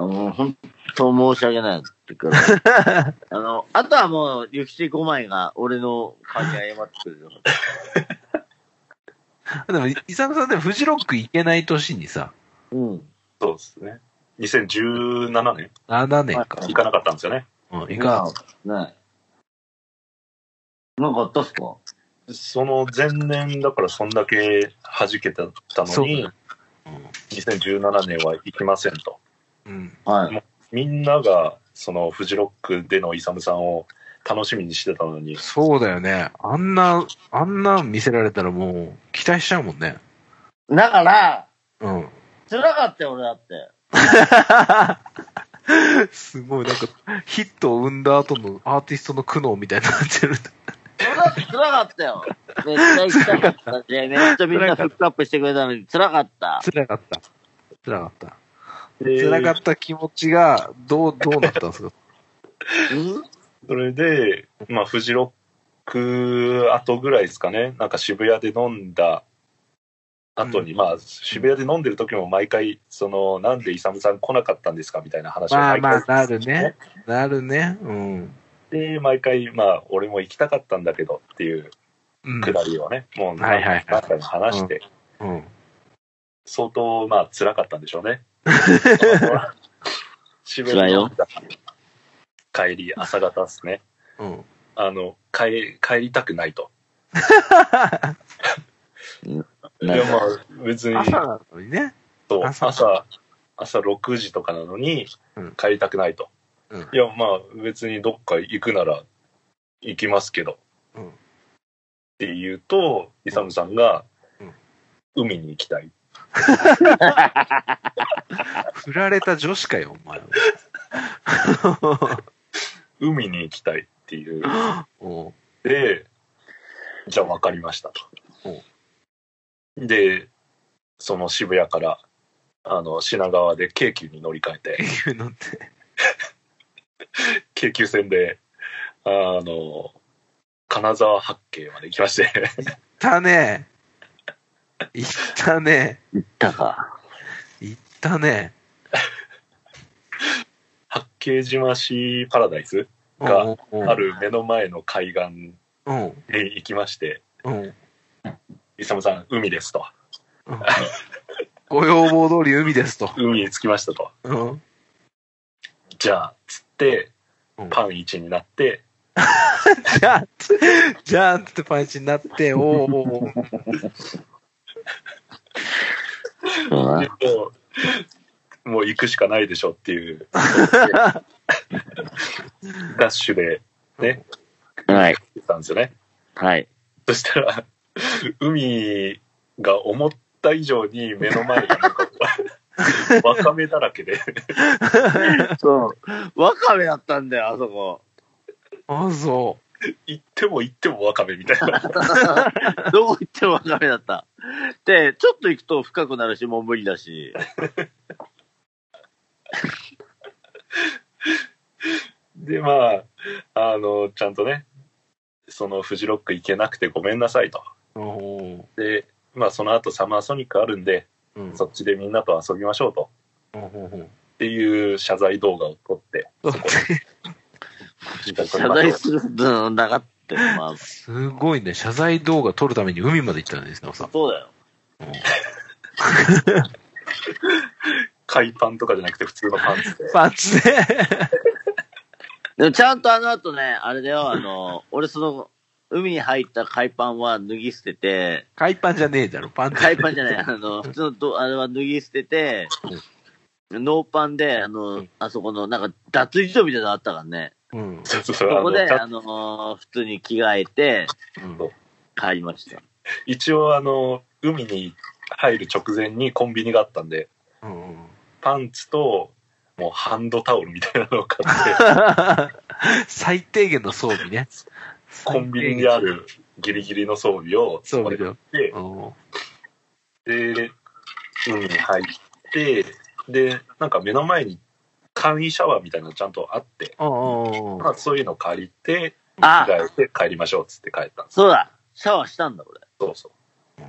の、本当申し訳ないってから [laughs] あの、あとはもう、ゆきち5枚が俺の顔に謝ってくれる。でも、イサムさんってフジロック行けない年にさ、うん。そうですね。2017年7年か。行かなかったんですよね。うん、行いかなかない。なんかあったっすかその前年だからそんだけ弾けてたそうのに、2017年は行きませんと。うん。はい。みんながそのフジロックでのイサムさんを楽しみにしてたのに、そうだよね。あんな、あんな見せられたらもう、期待しちゃうもんね。だから、うん。辛かったよ、俺だって。 [laughs] すごい、なんか、ヒットを生んだ後のアーティストの苦悩みたいになってる。俺だって辛かった [laughs] よ。めっちゃ痛かったし、めっちゃみんなフックアップしてくれたのに辛かった。 [laughs] 辛かった。辛かった。で辛かった気持ちが、どう、どうなったんです [laughs] かうんそれで、まあ、フジロック後ぐらいですかね、なんか渋谷で飲んだ後に、まあ、渋谷で飲んでる時も毎回、その、なんでイサムさん来なかったんですかみたいな話をまあ毎ま回あ、なるね。なるね。うん。で、毎回、まあ、俺も行きたかったんだけどっていううん。くだりをね、もう、はいはいはいなんかに話して、うん。相当、まあ、辛かったんでしょう [laughs] ね。渋辛谷いで飲よんだ [laughs] 帰り、朝方ですね。うん。あの、帰帰りたくないと。いや、まあ、別に。朝なのにね。そう、朝朝、朝6時とかなのにうん、帰りたくないと。うんいや、まあ、別にどっか行くなら行きますけど、うんって言うと、イサムさんが、うん海に行きたい。振られた女子かよ、お前は。海に行きたいっていう。おうで、じゃあ分かりましたと。で、その渋谷から、あの、品川で京急に乗り換えて、いうのって。京急線で、あの、金沢八景まで行きまして、 [laughs] 行ったね。行ったね。だか行ったね。八景島シーパラダイスがうんうんうんあ。る目の前の海岸うん。へ行きまして、うん。イサムさん、海ですと。ご要望通り海ですと。海に着きましたと。うん。じゃあ、つってうん、パン一になって、じゃあ、じゃあってパンチになって、おーおーおーら。でもうもう行くしかないでしょっ [laughs] ていう、ダッシュでね、はい。行ったんですよね。はい。そしたら、海が思った以上に目の前がなんか、 [laughs] わかめだらけで、そう。わかめだったんだよ、あそこ。あ、そ行っても行ってもわかめみたいな。どこ行ってもわかめだった。で、ちょっと行くと深くなるし、もう無理だし。で、まあ、あの、ちゃんとね、そのフジロック行けなくてごめんなさいと。う。おーで、まあその後サマーソニックあるんで、うん。そっちでみんなと遊びましょうと。うんうんうんっていう謝罪動画を撮って、 [laughs] 謝罪するのなかったよ、まあ。すごいね。謝罪動画撮るために海まで行ったんですね、さん。そうだよ。海パンとかじゃなくて普通のパンツで。パンチね。でもちゃんとあの後ね、あれだよ、あの、俺その、海に入った海パンは脱ぎ捨てて、 [laughs] 海パンじゃねえだろ、パン海パンじ [laughs] ゃない、あの、普通のど、あれは脱ぎ捨てて、ノーパンで、あの、あそこの、なんか、脱衣所みたいなのあったからね。うん。そうそそうそうあこので、ちゃんあのー普通に着替えてうん帰りました。一応あの海に入る直前にコンビニがあったんでうんうん。パンツともうハンドタオルみたいなのを買って最低限の装備ね。コンビニにあるギリギリの装備を装備買だっよ。てうんで海に入ってでなんか目の前に簡易シャワーみたいなのちゃんとあって、うんうんまあ、そういうの借りて着あ、替えて帰りましょうっつって帰ったんですそうだ。シャワーしたんだ、俺。そうそう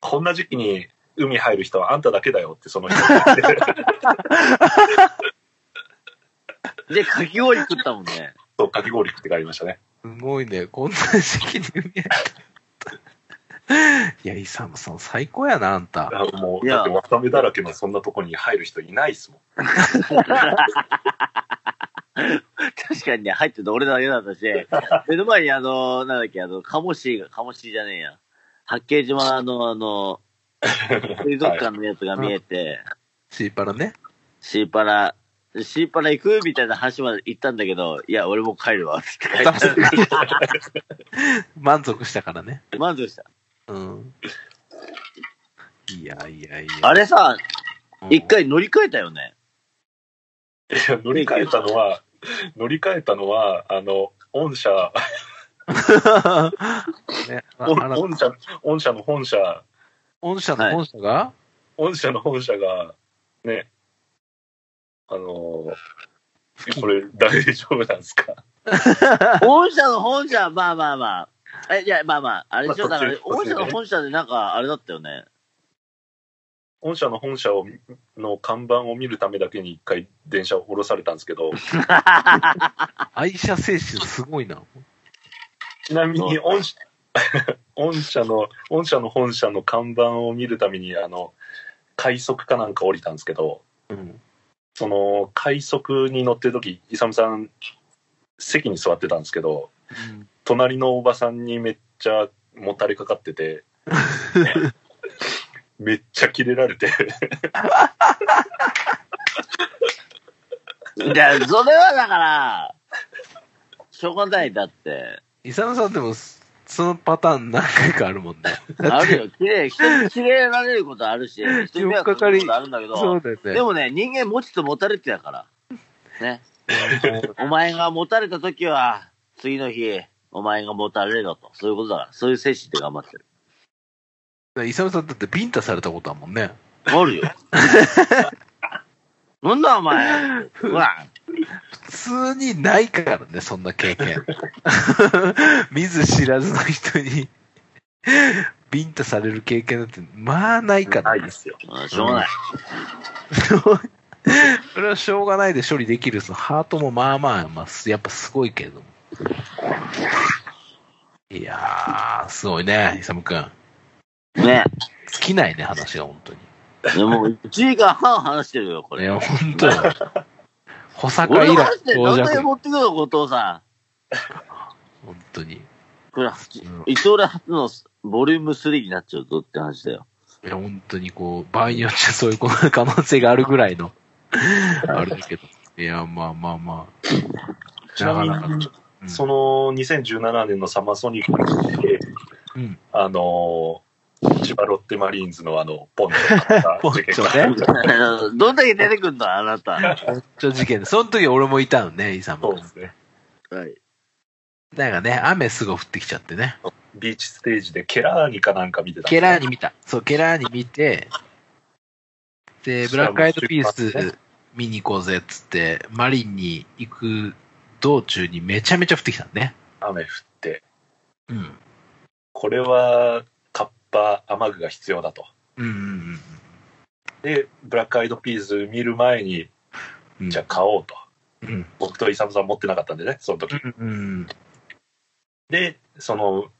こんな時期に海入る人はあんただけだよってその人が言ってで、かき氷食ったもんね。そうかき氷食って帰りましたねすごいね。こんな時期に海入った。いや、イサムさん最高やな、あんた。あもう、いやだってわかめだらけのそんなとこに入る人いないっすもん。確かにね、入ってた俺だけだ [laughs] ったし、目の前にあのー、なんだっけ、あの、カモシーが、カモシーじゃねえや。八景島のあ [laughs] の、水族館のやつが見えて、シーパラ [laughs] ね。シーパラ、シーパラ行くみたいな話まで行ったんだけど、いや、俺もう帰るわ、 [laughs] つって帰っ満足したからね。て、満足した。うん。いやいやいや。あれさ、うん一。回乗り換えたよ [laughs] ね。いや [laughs] 乗り換えたのは、乗り換えたのは、あの、御社、ね、あ御あら御社、御社の本社、御社の本社が、御社の本社が、ね、あの、これ大丈夫なんですか本社の本社は、まあまあまあ。え、いや、まあまあ、あれでしょ、だまあから、途本中社の本社でなんか、あれだったよね。御社の本社をの看板を見るためだけに一回電車を降ろされたんですけど、愛車精神すごいな。ちなみに御社、 [laughs] 御社の、御社の本社の看板を見るために、あの、快速かなんか降りたんですけど、うん。その快速に乗ってる時イサムさん席に座ってたんですけど隣のおばさんにめっちゃもたれかかっ [laughs] ててめっちゃキレられていや、それはだ [laughs] から、しょうがない、だって。イサムさんでも、そのパターン何回かあるもんね。あるよ、綺麗、人に切れられることあるし、人に迷惑かけることあるんだけそうど、だよね。でもね、人間持ちと持たれてだから。ね。お前が持たれた時は、次の日、お前が持たれろと。そういうことだから。そういう精神で頑張ってる。イサムさんだってビンタされたことあるもんね。あるよ。 [laughs] なんだお前。ほら。普通にないからね、そんな経 [laughs] 験。見ず知らずの人に、ビンタされる経験なんて、まあないから、ね。すようんしょうがない。 [laughs] それはしょうがないで処理できる、そのハートもまあまあ、まあ、やっぱすごいけれども。いやー、すごいね、イサムくん。ね。尽きないね、話が本当に。でも、1時間半話してるよ、こいれ。や、本当よ。 [laughs] 保坂俺以の来話で到何だけ着。持ってくの、後藤さ本当に。ん。これ、うん伊藤ら初のボリューム3になっちゃうぞって話だよ。いや、本当にこう、場合によってはそういうことの可能性があるぐらいの、あれだけど。いや、まあまあまあ。ちなみかかにうんその2017年のサマソニックで、うんあの千葉ロッテマリーンズのあのポンチョ買った事件がポンチ [laughs] どんだけ出てくんだ、あなた。はちょ事件。その時俺もいたのね、イサムそう君で。すねい。なんかね、雨すぐ降ってきちゃってね。ビーチステージでケラーニかなんか見てたんですケよラーに見た。そう、ケラーに見て、で、ブラックアイドピーしかも出ス見に行こうぜっつって、マリンに行く道中にめちゃめちゃ降ってきたのね。雨降ってうん。これはカッパ雨具が必要だとうんうんで、ブラックアイドピース見る前に、うん。じゃあ買おうと。うん。僕とイサムさん持ってなかったんでね、その時。うん。で、その、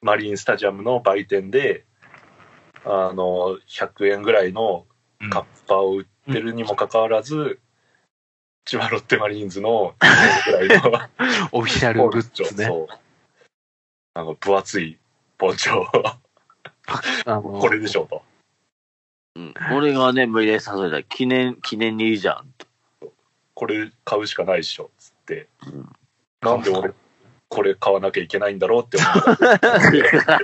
マリンスタジアムの売店で、あの、100円ぐらいのうんカッパを売ってるにもかかわらず、千葉ロッテマリーンズの100円ぐらいのオフィシャルポグンッチョ、ズね。そう。なんか分厚いポンチョをあのこれでしょうと。うん俺がね、無理やり誘えた。記念、記念にいいじゃん。これ買うしかないでしょ。って、うんなんで俺、これ買わなきゃいけないんだろうって思った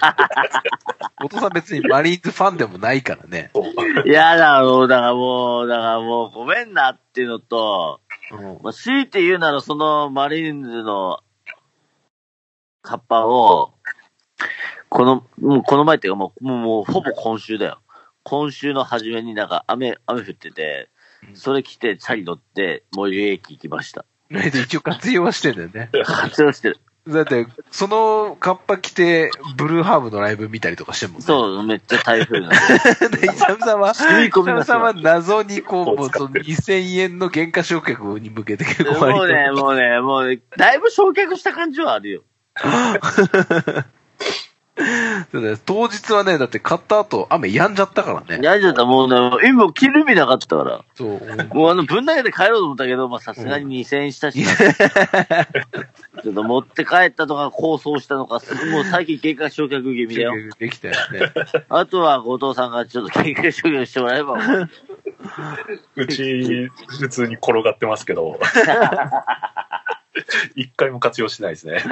お父さん別にマリーンズファンでもないからね。そう。いやだろう、だからもう、だからもう、ごめんなっていうのと、うん。まあ、強いて言うならそのマリーンズのカッパを、この、もうこの前っていうかもう、もう、もうほぼ今週だよ。今週の初めになんか雨、雨降ってて、それ着てチャリ乗って、もう家駅行きました。一応活用はしてんだよね。活用してる。だって、そのカッパ着て、ブルーハーブのライブ見たりとかしてんもんね。そう、めっちゃ台風なんで。 [laughs] で、イサムさんは、イサみ込みムますさよんは謎にこう、もう使そっのてる2000円の減価償却に向けて結構もう割 [laughs] ね、もうね、もうね、だいぶ焼却した感じはあるよ。と、ね、当日はね、だって買った後、雨やんじゃったからね。やじゃった、もうね、今、着る意味なかったから。そう。もうあの、ぶん投げて帰ろうと思ったけど、まあ、さすがに2000円 [laughs] したし、ちょっと持って帰ったとか、構想したのか、すもう最近経過焼却気味だよ。できたよ [laughs] ね。あとは、後藤さんがちょっと経過焼却してもらえば、もううち、普通に転がってます [laughs] けど、一回も活用しないですね。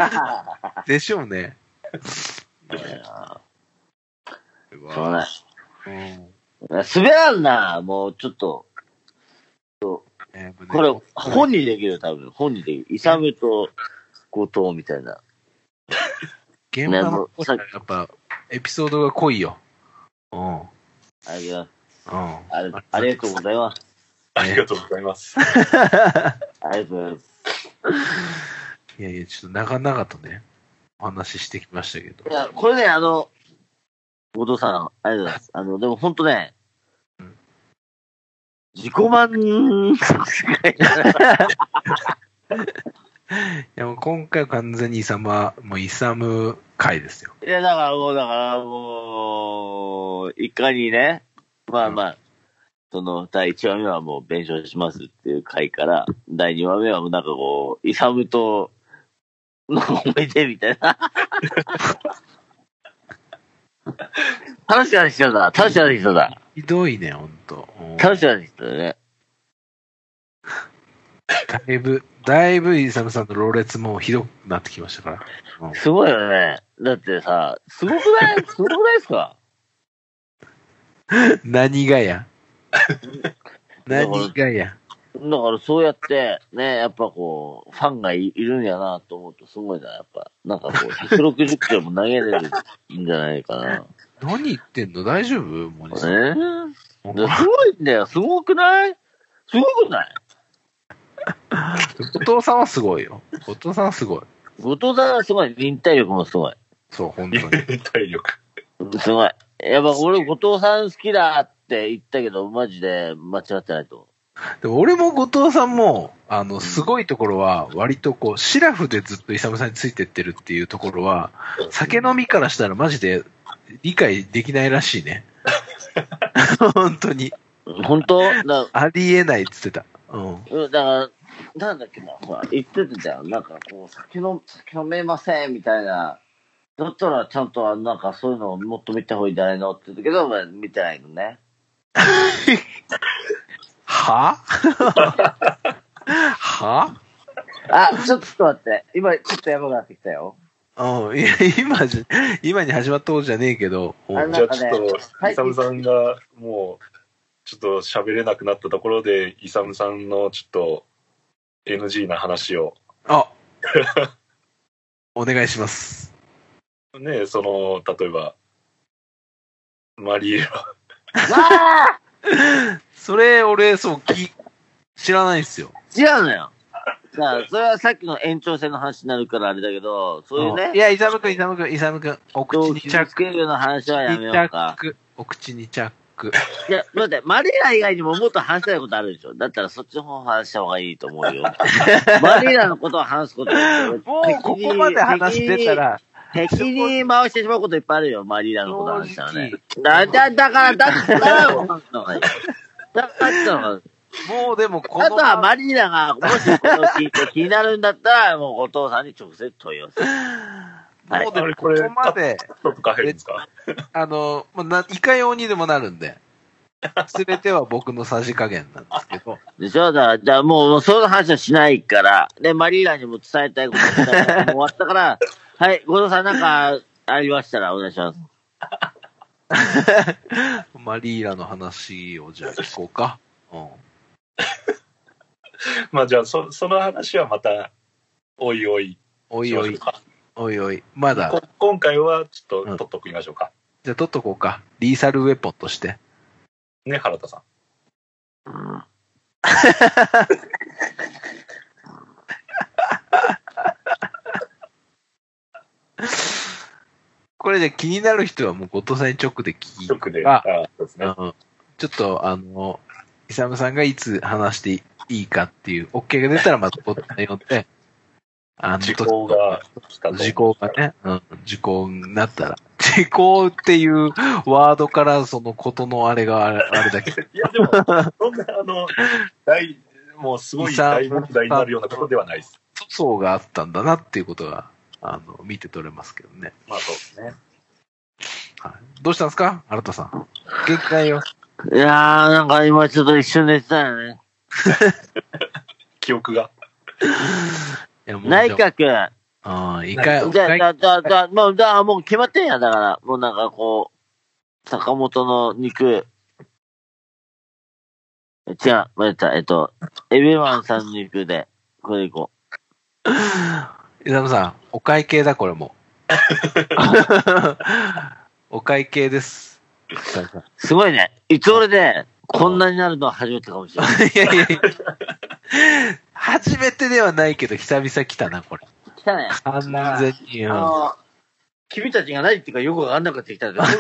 でしょうね。しょうがうんない。滑らんな、もうちょっと。えーこれね、本にできる、多分。本にできる。イサムと後藤みたいな。現場のねさっきやっぱ、エピソードが濃いよ。うん。うん。ありがあれありがとうございます。ありがとうございます。 [laughs] ありがとうございます。いやいや、ちょっと長々とね、お話ししてきましたけどい。や、これね、あの、後藤さん、ありがとうございます。あの、でも本当ねうん、自己満いやもう今回は完全にイサムは、もうイサム会ですよ。いや、だからもう、だからもう、いかにね、まあまあ、その、第1話目はもう弁償しますっていう回から、第2話目はもうなんかこう、イサムと、の思い出みたいな。楽しくなってきたんだ。楽しくなってきたんだ。ひどいね、ほんと。うん楽しくなってきたね。だいぶ、だいぶイサムさんのろれつもひどくなってきましたから。うんすごいよね。だってさ、すごくないすごくないですか何がや何がやだからそうやって、ね、やっぱこう、ファンがいいるんやなと思うとすごいな、やっぱ。なんかこう、160キロも投げれるんじゃないかな。何言ってんの大丈夫森えさん。 [laughs] ー、すごいんだよ。すごくないすごくないお父さんはすごいよ。お父さんはすごい。後藤さんはすごい。忍耐力もすごい。そう、本当に。体力。すごい。やっぱ俺、後藤さん好きだって言ったけど、マジで間違ってないと思う。でも俺も後藤さんも、あの、すごいところは、割とこう、シラフでずっとイサムさんについてってるっていうところは、酒飲みからしたらマジで理解できないらしいね。本当に。本当だありえないっつってた。うん。うん、だから、なんだっけな、ほら、言ってたじゃん。なんかこう、酒飲酒飲めませんみたいな。だったら、ちゃんと、なんかそういうのをもっと見た方がいいんじゃないのって言ったけど、まあ、見てないのね。は [laughs] はあ、ちょっと待って。今、ちょっとやばくなってきた [laughs] よ。うん、いや今じゃ、今に始まったことじゃねえけど、うんあのじゃあちょっはと、いイサムさんがもう、ちょっと喋れなくなったところで、イサムさんのちょっと NG な話を、あお願いします。ね、その、例えば、マリエロ、わあそれ、俺、そう、き、知らないんすよ。違うのよ。だから、それはさっきの延長戦の話になるからあれだけど、そういううんね、いや、イサムくん、イサムくん、イサムくん、お口人をにチャ傷ッつク。けるような話はやめようか。お口にチャック。いや、待って、マリーナ以外にももっと話したいことあるでしょ。だったらそっちの方を話した方がいいと思うよ。マリーナのことを話すこともう、ここまで話してた。ら、敵に敵に敵に回してしまうこといっぱいあるよ、マリーナのことを話したらね。正だ、だ、だから、だから、だから、だから、あもうでも、この、とはマリーナが、もしこれを聞いて気になるんだったら、もうお父さんに直接問い合わせ。はいもうであも、れここれこまで、ちょっと変えるんですかあの、まあ、ないかようにでもなるんで、すべては僕のさじ加減なんですけど、でしょだから、じゃあもう、もうその話はしないから。で、マリーナにも伝えたいこと伝えたいこともう終わった [laughs] から、はい、後藤さんなんかありましたらお願いします。マリーラの話をじゃあ聞こうか。うん。まあじゃあそ、その話はまた、おいおいおしいまおしょうい、か。おいおい。まだ、こ今回はちょっうんと取っときましょうか。じゃあ取っとこうか。リーサルウェポンとして。ね、原田さん。これで気になる人はもう後藤さんに直で聞い直で。ああそうですね。うんちょっと、あの、イサムさんがいつ話していいかっていう、OK が出たらまたこっちに呼んで、あの時効が来たと。時効がね、うん、時効になったら。時効っていうワードからそのことのあれがあれあれだけど、いや、でも、そんな、あの、大、もうすごい大問題になるようなことではないです。そうがあったんだなっていうことが、あの、見て取れますけどね。まあそうですね。はい、どうしたんですか新田さん。元気ないよ。いやー、なんか今ちょっと一瞬寝てたよね。記憶が。いやもう内閣。うん、一回、一じゃあ、回じゃあ、じゃあ、じゃあ、もう、じゃあ、もう決まってんや。だから、もうなんかこう、坂本の肉。違う、間違えた。えっと、エビマンさんの肉で、これいこ伊沢さん、お会計だ、これも。お会計です。伊沢さんう。すごいね。いつ俺で、こんなになるのは初めてかもしれない。いやいやいや。初めてではないけど、久々来たな、これ。来た [laughs] ね。完全に。うあんの、君たちが何言ってるかよくわかんなくなってきたんだ [laughs]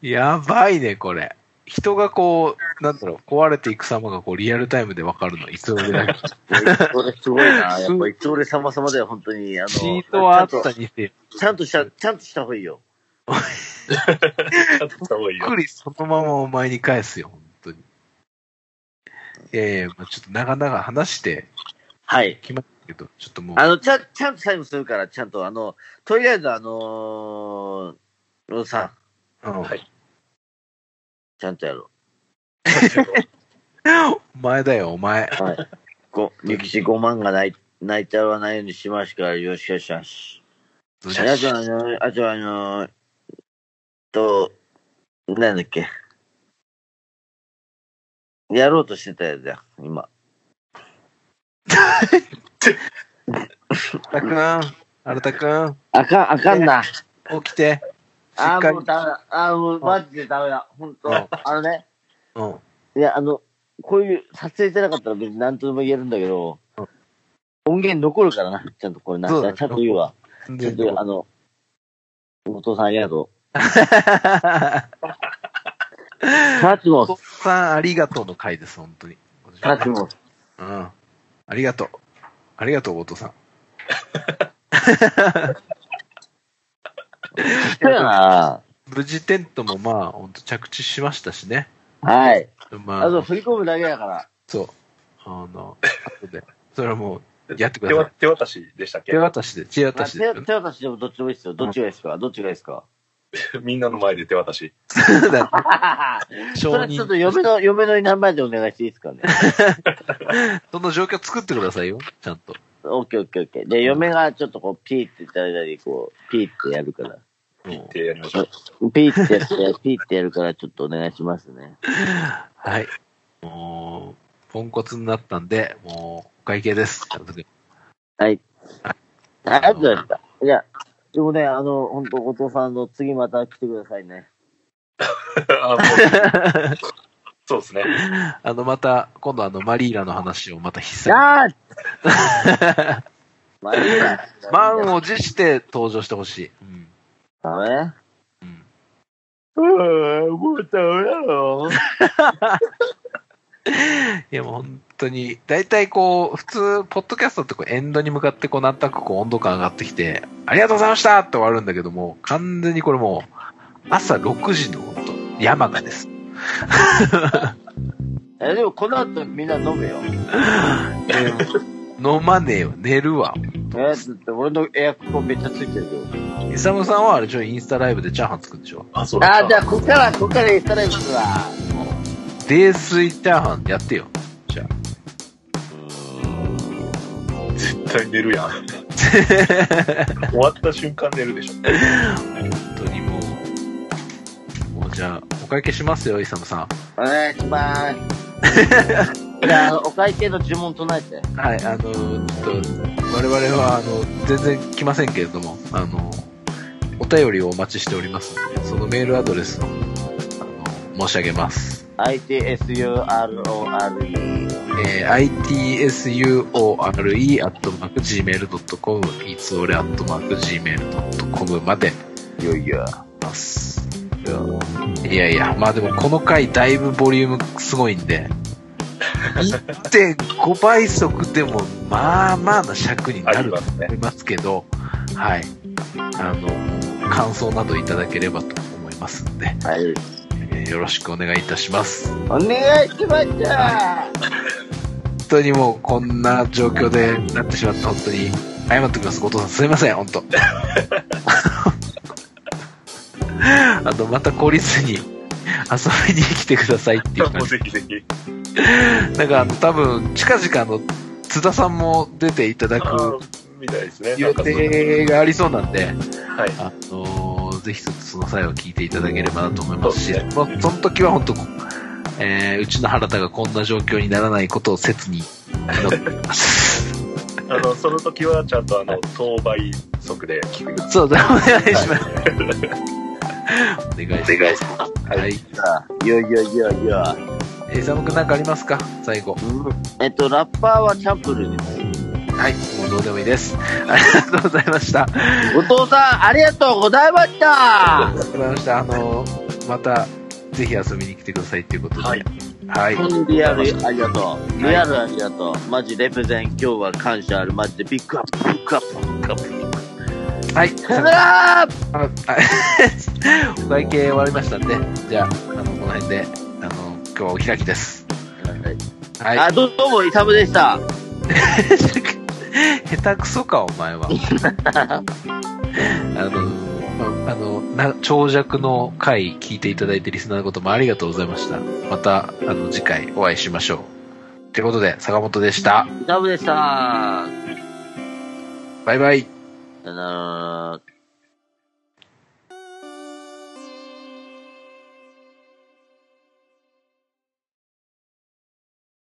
やばいね、これ。人がこう、なんだろう、壊れていく様がこう、リアルタイムでわかるの、いつもだけ。それすごいな。やっぱいつ俺様様だよ、本当に。あの、チートはあっちゃんたとにせよ、ちゃんとした、ちゃんとした方がいいよ。ちゃんとした方がいいゆっよく。りそのままお前に返すよ、本当に。いやいや、まあちょっと長々話してはい。きましたけど、ちょっともう。あの、ちゃん、ちゃんと最後するから、ちゃんと、あの、とりあえず、あのー、ローさん、うんはいちゃんとやろお前だよ、お前。う。はい。ご、歴史5万がない、泣いてはないようにしますから、よろしくお願いします。あと、あの、あと、あの、と、なんだっけ。やろうとしてたやつや、今。新田くん、新田くん、あかん、あかんな。起きて。しあっあ、かもうり。ダメだ。ああ、もうマジでダメだ。本当。うんあのね、うん。いや、あの、こういう撮影じゃなかったら別に何とでも言えるんだけど、うん音源残るからな。ちゃんとこれな。ちそうゃだんと言うわ。全ちゃん然と、あの、お父さんありがとう。タチおモ父ス、さん、ありがとうの回です、本当に。タチモス。うん。ありがとう。ありがとう、お父さん。そうやな。無事テントもまあ、本当着地しましたしね。はい。まあと、あ、振り込むだけだから。そう。あの、後で。それはもう、やってく手ださわい。手渡しでしたっけ手渡しで、知恵ま渡あしで手。手渡しでもどっちでもいいですよ。どっちがいいですかどっちがいいですかみんなの前で手渡し。 [laughs] そうだね [laughs] 承それちょっと認。嫁の、嫁の名前でお願いしていいですかね。その状況作ってくださいよ、ちゃんと。オッケーオッケーオッケー。で、嫁がちょっとこう、ピーって言ったり、こう、ピーってやるから。うんってやりましょう。ピーってやって、ピーってやるから、ちょっとお願いしますね。はい。もう、ポンコツになったんで、もう、お会計です。はい。ありがとうございました。いや、でもね、あの、本当後藤さんあの次また来てくださいね。あもうそうですね。あの、また、今度あの、マリーラの話をまた引っあさーまあ、いいな。満を持して登場してほしい。うん。ダメうん。うーん、もうダメだろ。いや、もう本当に、大体こう、普通、ポッドキャストってこう、エンドに向かってこう、なんとなくこう、温度感上がってきて、ありがとうございましたって終わるんだけども、完全にこれもう、朝6時の本当、山がです。え、でもこの後みんな飲むよ。で飲まねえよ、寝るわ。え、だって俺のエアコンめっちゃついてるよ。いイサムさんはあれでしょ、インスタライブでチャーハン作るでしょ。あ、そうだ。あ、じゃあ、こっから、こっからインスタライブするわ。泥酔チャーハンやってよ。じゃ絶対寝るやん。 [laughs] 終わった瞬間寝るでしょ。あ。本当にもう、もうじゃあ、お会計しますよ、イサムさん。お願いし [laughs] ます。じゃああの、お会計の呪文唱えて。はい、あの、ちょっと、我々は、あの、全然来ませんけれども、あの、お便りをお待ちしておりますので、そのメールアドレスを、あの、申し上げます。 ITSURORU。えー、itsure.gmail.com、itsore.gmail.com まで、いよいよ。ます。いやいや、まあでもこの回だいぶボリュームすごいんで、1.5倍速でもまあまあな尺になありるとますね。思いますけど、はい。あの、感想などいただければと思いますんで、はい。えーよろしくお願いいたします。お願いしました本当にもうこんな状況でなってしまって本当に謝っておきます後藤さんすいません本当 [laughs] あとまた懲りずに遊びに来てくださいっていう感もうじぜひぜひ。なんかあの多分近々あの津田さんも出ていただあくーみたいですね。な予んかそうい定うがありそうなんではい。あのーぜひちょっとその際は聞いていただければなと思いますし、そうでそのその時は本当、えーうちの原田がこんな状況にならないことを切に祈っております。あの、その時はちゃんとあの、当倍速で聞く。そうだ、お願いします。お願いします。はい。いよいよいよいよ。えー、サム君なんかありますか最後。えっと、ラッパーはチャンプルー [laughs] です。はい。もうどうでもいいです。ありがとうございました。あ後藤さん、ありがとうございましたりがとうございました。あのーまた、ぜひ遊びに来てくださいっていうことで。はい。はい。リアルありがとう。リアルありがとう。マジレプゼン、今日は感謝ある。マジでピックアップ、ピックアップ、ピックアップ、ピックアッ [laughs] はい。プ。さよならあ [laughs] あお会計終わりましたんで、じゃあ、あの、この辺で、あの、今日はお開きです。はい。あ、どうも、イサムでした。 [laughs] 下手くそか、お前は。あの、まあの、な長尺の回聞いていただいてリスナーのこともありがとうございました。また、あの、次回お会いしましょう。ということで、坂本でした。イサムでした。さバイバイ。よなら。